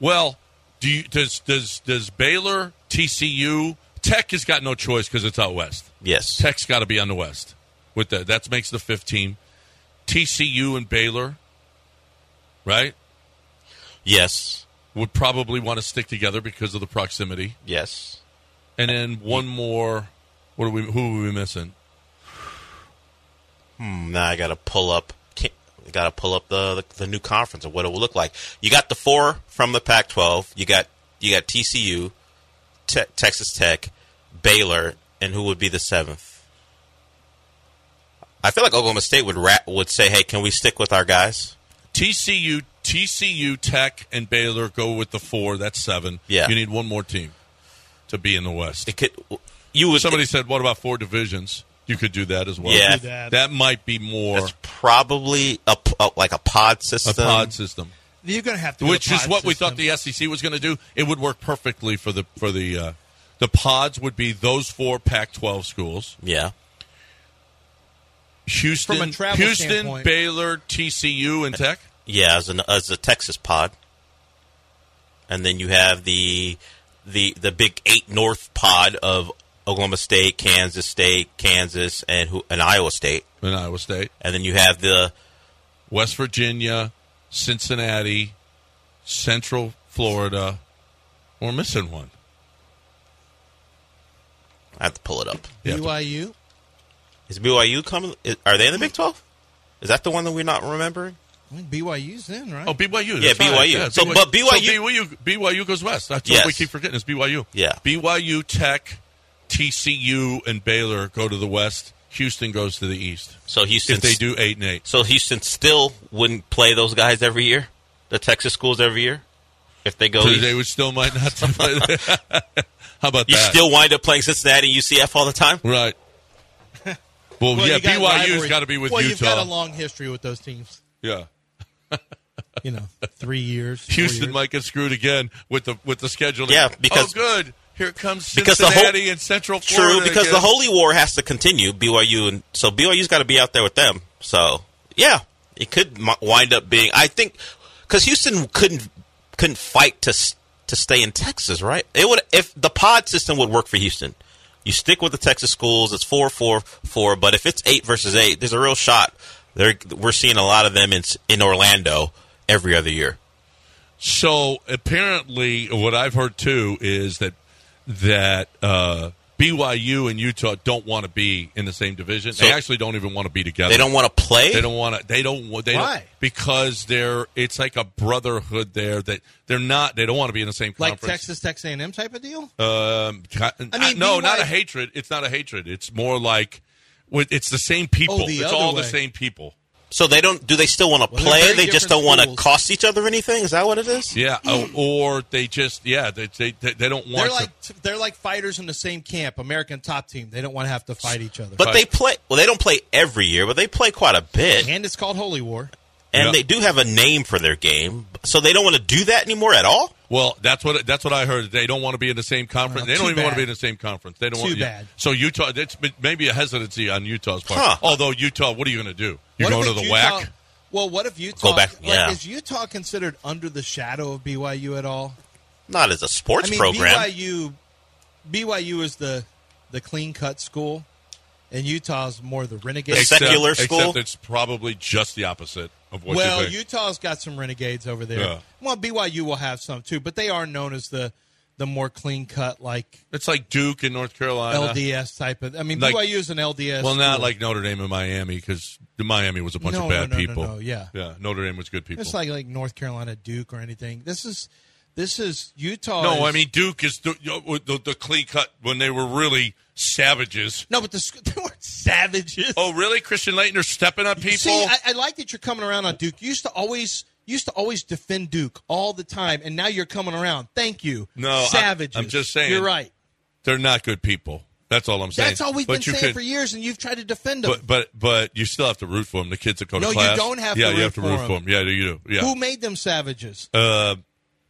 Speaker 5: Well, do you, does does does Baylor, TCU, Tech has got no choice because it's out west.
Speaker 3: Yes,
Speaker 5: Tech's got to be on the west. With the that makes the fifteen. TCU and Baylor, right?
Speaker 3: Yes,
Speaker 5: would probably want to stick together because of the proximity.
Speaker 3: Yes,
Speaker 5: and then one more. What are we? Who are we missing?
Speaker 3: Hmm, now I got to pull up. Got to pull up the, the the new conference and what it will look like. You got the four from the Pac-12. You got you got TCU, Te- Texas Tech, Baylor, and who would be the seventh? I feel like Oklahoma State would ra- would say, "Hey, can we stick with our guys?"
Speaker 5: TCU, TCU, Tech, and Baylor go with the four. That's seven.
Speaker 3: Yeah.
Speaker 5: you need one more team to be in the West. It
Speaker 3: could. You would,
Speaker 5: somebody said, "What about four divisions?" You could do that as well.
Speaker 3: Yeah. Do
Speaker 5: that.
Speaker 3: that.
Speaker 5: might be more
Speaker 3: That's probably a, p- a- like a pod
Speaker 5: a
Speaker 3: system.
Speaker 5: pod system,
Speaker 7: You're going to have to.
Speaker 5: which is what we thought the SEC was going to do. It would work perfectly for the for the uh, the pods would be those four Pac-12 schools.
Speaker 3: Yeah.
Speaker 5: Houston,
Speaker 7: From a travel
Speaker 5: Houston,
Speaker 7: standpoint.
Speaker 5: Baylor, TCU, and Tech.
Speaker 3: Yeah, as an as a Texas pod, and then you have the the the Big Eight North pod of Oklahoma State, Kansas State, Kansas, and who and Iowa State,
Speaker 5: and Iowa State,
Speaker 3: and then you have the
Speaker 5: West Virginia, Cincinnati, Central Florida. We're missing one.
Speaker 3: I have to pull it up.
Speaker 7: BYU.
Speaker 3: Is BYU coming? is- are they in the Big Twelve? Is that the one that we're not remembering?
Speaker 7: I think BYU's in, right?
Speaker 5: Oh, BYU.
Speaker 3: Yeah,
Speaker 5: that's right.
Speaker 3: BYU. So, but BYU
Speaker 5: So BYU, BYU goes west. That's what
Speaker 3: Yes.
Speaker 5: we keep forgetting is BYU.
Speaker 3: Yeah.
Speaker 5: BYU, Tech, TCU, and Baylor go to the west. Houston goes to the east.
Speaker 3: So Houston,
Speaker 5: if they do eight and eight,
Speaker 3: so Houston still wouldn't play those guys every year, the Texas schools every year, if they go.
Speaker 5: so
Speaker 3: east?
Speaker 5: they would still might not. play. How about
Speaker 3: you
Speaker 5: that?
Speaker 3: still wind up playing Cincinnati, UCF all the time,
Speaker 5: right? Well,
Speaker 7: Well,
Speaker 5: yeah,
Speaker 7: you got
Speaker 5: BYU's
Speaker 7: rivalry.
Speaker 5: got to be with
Speaker 7: well, You've
Speaker 5: Utah.
Speaker 7: got a long history with those teams.
Speaker 5: yeah.
Speaker 7: You know, three years. four
Speaker 5: Houston
Speaker 7: years.
Speaker 5: might get screwed again with the with the scheduling.
Speaker 3: Yeah, because-
Speaker 5: oh, good. Here comes
Speaker 3: Because the whole-
Speaker 5: Cincinnati and Central Florida.
Speaker 3: True, because the
Speaker 5: again.
Speaker 3: holy war has to continue. BYU and so BYU's got to be out there with them. So yeah, it could m- wind up being. I think because Houston couldn't couldn't fight to s- to stay in Texas, right? It would if the pod system would work for Houston. You stick with the Texas schools. It's four, four, four. But if it's eight versus eight, there's a real shot. There, we're seeing a lot of them in s- in Orlando every other year.
Speaker 5: So apparently, what I've heard too is that that uh, BYU and Utah don't want to be in the same division.
Speaker 3: So-
Speaker 5: they actually don't even want to be together.
Speaker 3: They don't want to play?
Speaker 5: They don't want to. They don't. wa- They
Speaker 7: Why?
Speaker 5: Don't, because they're. It's like a brotherhood there that they're not. They don't want to be in the same
Speaker 7: like
Speaker 5: conference.
Speaker 7: Texas, Texas A&M type of deal.
Speaker 5: Um, I
Speaker 7: I mean,
Speaker 5: no,
Speaker 7: BYU
Speaker 5: not a hatred. It's not a hatred. It's more like with- it's the same people.
Speaker 7: Oh, the
Speaker 5: it's
Speaker 7: other
Speaker 5: all the
Speaker 7: way.
Speaker 5: same people.
Speaker 3: So they don't. Do they still want to
Speaker 7: Well, they're
Speaker 3: play?
Speaker 7: very
Speaker 3: They just
Speaker 7: different
Speaker 3: don't want to
Speaker 7: schools.
Speaker 3: cost each other anything. Is that what it is?
Speaker 5: Yeah, o- or they just yeah they they, they they don't want
Speaker 7: They're
Speaker 5: to.
Speaker 7: like they're like fighters in the same camp. American top team. They don't want to have to fight each other.
Speaker 3: But they play. Well, they don't play every year, but they play quite a bit,
Speaker 7: and it's called Holy War.
Speaker 3: and
Speaker 5: Yeah.
Speaker 3: they do have a name for their game. So they don't want to do that anymore at all.
Speaker 5: Well, that's what that's what I heard. They don't want to be in the same
Speaker 7: Well,
Speaker 5: conference. they don't
Speaker 7: too
Speaker 5: even want to
Speaker 7: bad.
Speaker 5: be in the same conference. They don't
Speaker 7: Too
Speaker 5: want. yeah.
Speaker 7: bad.
Speaker 5: So Utah, that's been maybe a hesitancy on Utah's part.
Speaker 3: Huh.
Speaker 5: Although Utah, what are you going to do? You
Speaker 7: What
Speaker 5: go
Speaker 7: if
Speaker 5: to
Speaker 7: it's
Speaker 5: the
Speaker 7: Utah-
Speaker 5: whack?
Speaker 7: Well, what if Utah?
Speaker 3: back-
Speaker 7: like,
Speaker 3: yeah.
Speaker 7: Is Utah considered under the shadow of BYU at all?
Speaker 3: Not as a sports
Speaker 7: I mean,
Speaker 3: program.
Speaker 7: BYU, BYU is the the clean cut school, and Utah's more the renegade.
Speaker 3: Except- secular
Speaker 5: except,
Speaker 3: school?
Speaker 5: Except it's probably just the opposite of what
Speaker 7: well,
Speaker 5: you think.
Speaker 7: Utah's got some renegades over there.
Speaker 5: Yeah.
Speaker 7: Well, BYU will have some too, but they are known as the the more clean cut, like
Speaker 5: it's like Duke and North Carolina.
Speaker 7: LDS type of. I mean,
Speaker 5: Uh-huh. Like-
Speaker 7: BYU is an LDS.
Speaker 5: Well, not
Speaker 7: school.
Speaker 5: like Notre Dame and Miami because Miami was a bunch
Speaker 7: No,
Speaker 5: of bad
Speaker 7: no, no, no,
Speaker 5: people.
Speaker 7: no, yeah.
Speaker 5: yeah. Notre Dame was good people.
Speaker 7: it's like like North Carolina Duke or anything. This is this is Utah. is-
Speaker 5: no, I mean Duke is the, the, the clean cut when they were really savages.
Speaker 7: no, but the, sc- they weren't savages.
Speaker 5: Oh, really? Christian Leitner stepping on people?
Speaker 7: See, I, I like that you're coming around on Duke. You used to always you used to always defend Duke all the time, and now you're coming around. Thank you.
Speaker 5: No, I-
Speaker 7: savages.
Speaker 5: I'm just saying.
Speaker 7: You're right.
Speaker 5: They're not good people. That's all I'm saying.
Speaker 7: That's all we've
Speaker 5: But
Speaker 7: been
Speaker 5: you
Speaker 7: saying
Speaker 5: could-
Speaker 7: for years, and you've tried to defend them.
Speaker 5: But but but you still have to root for them. The kids that go
Speaker 7: No,
Speaker 5: to
Speaker 7: you
Speaker 5: class.
Speaker 7: don't have
Speaker 5: yeah,
Speaker 7: to
Speaker 5: you
Speaker 7: root
Speaker 5: have to
Speaker 7: for
Speaker 5: root
Speaker 7: 'em.
Speaker 5: for them. Yeah, you do. Yeah.
Speaker 7: Who made them savages?
Speaker 5: Uh,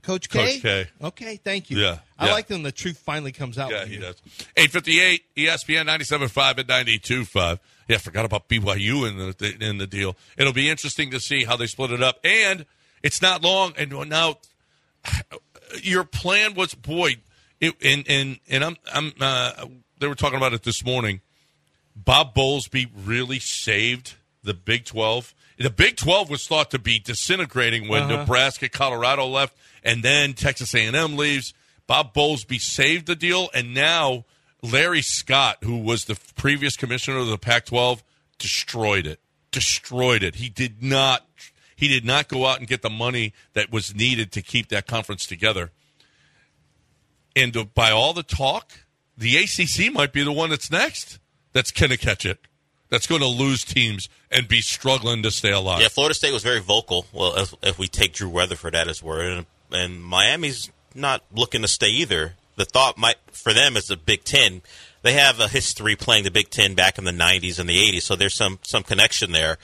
Speaker 7: Coach K?
Speaker 5: Coach K.
Speaker 7: Okay, thank you.
Speaker 5: Yeah,
Speaker 7: I
Speaker 5: yeah.
Speaker 7: like them. The truth finally comes out.
Speaker 5: yeah, he does. Eight E fifty eight, ESPN ninety seven five and ninety two five. Yeah, I forgot about BYU in the in the deal. It'll be interesting to see how they split it up, and it's not long. And now, your plan was boy, it, and and and I'm I'm uh, they were talking about it this morning. Bob Bowlesby really saved the Big 12. The Big 12 was thought to be disintegrating when
Speaker 15: Uh-huh.
Speaker 5: Nebraska, Colorado left, and then Texas A&M leaves. Bob Bowlesby saved the deal, and now Larry Scott, who was the f- previous commissioner of the Pac-12, destroyed it. Destroyed it. He did not. He did not go out and get the money that was needed to keep that conference together. And uh, by all the talk, the ACC might be the one that's next that's going to catch it, that's going to lose teams and be struggling to stay alive.
Speaker 3: Yeah, Florida State was very vocal. Well, if, if we take Drew Weatherford at his word, and, and Miami's not looking to stay either. The thought might for them is the Big Ten. They have a history playing the Big Ten back in the '90s and the '80s, so there's some some connection there.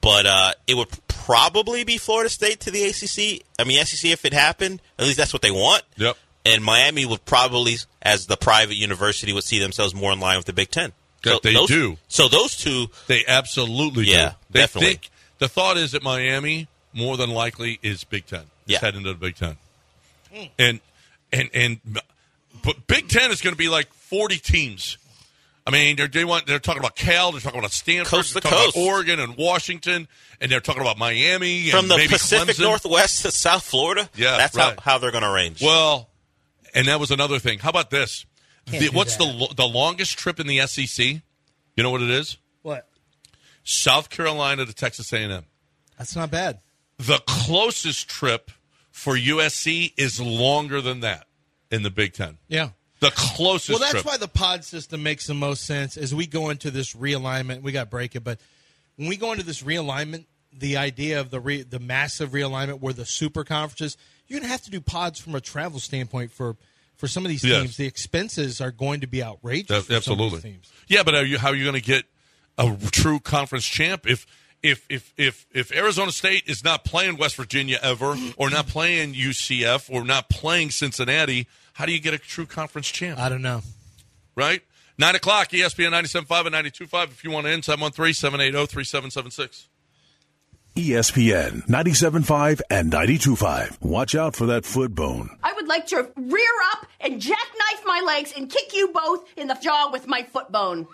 Speaker 3: But uh, it would probably be Florida State to the ACC. I mean, SEC if it happened. At least that's what they want.
Speaker 5: Yep.
Speaker 3: And Miami would probably, as the private university, would see themselves more in line with the Big Ten.
Speaker 5: That they
Speaker 3: those-
Speaker 5: do.
Speaker 3: So those two,
Speaker 5: they absolutely
Speaker 3: yeah,
Speaker 5: do. They
Speaker 3: definitely.
Speaker 5: think the thought is that Miami more than likely is Big Ten. It's
Speaker 3: Yeah.
Speaker 5: heading to the Big Ten, and and and but Big Ten is going to be like forty teams. I mean, they're, they want they're talking about Cal, they're talking about Stanford,
Speaker 3: Coast
Speaker 5: they're
Speaker 3: to
Speaker 5: talking
Speaker 3: coast.
Speaker 5: about Oregon and Washington, and they're talking about Miami and
Speaker 3: from the
Speaker 5: maybe
Speaker 3: Pacific
Speaker 5: Clemson.
Speaker 3: Northwest to South Florida.
Speaker 5: Yeah,
Speaker 3: that's
Speaker 5: right.
Speaker 3: how, how they're going to arrange.
Speaker 5: Well, and that was another thing. How about this?
Speaker 3: Can't
Speaker 5: The-
Speaker 3: do
Speaker 5: what's
Speaker 3: that.
Speaker 5: the lo- the longest trip in the SEC? You know what it is?
Speaker 7: What?
Speaker 5: South Carolina to Texas A&M.
Speaker 7: That's not bad.
Speaker 5: The closest trip for USC is longer than that in the Big Ten.
Speaker 7: Yeah.
Speaker 5: The closest.
Speaker 7: Well, that's
Speaker 5: trip.
Speaker 7: why the pod system makes the most sense as we go into this realignment. We got break it, but when we go into this realignment, the idea of the re- the massive realignment where the super conferences, you're gonna have to do pods from a travel standpoint for for some of these
Speaker 5: Yes.
Speaker 7: teams. The expenses are going to be outrageous.
Speaker 5: That-
Speaker 7: for some of these
Speaker 5: absolutely.
Speaker 7: teams.
Speaker 5: Yeah, but are you how are you going to get a true conference champ if if if if if Arizona State is not playing West Virginia ever, or not playing UCF, or not playing Cincinnati? How do you get a true conference champ?
Speaker 7: I don't know.
Speaker 5: Right. Nine o'clock, E ESPN 97.5 and 92.5 if you want in, oh, 713-780-3776.
Speaker 2: E ESPN 97.5 and 92.5. Watch out for that foot bone.
Speaker 16: I would like to rear up and jackknife my legs and kick you both in the jaw with my foot bone.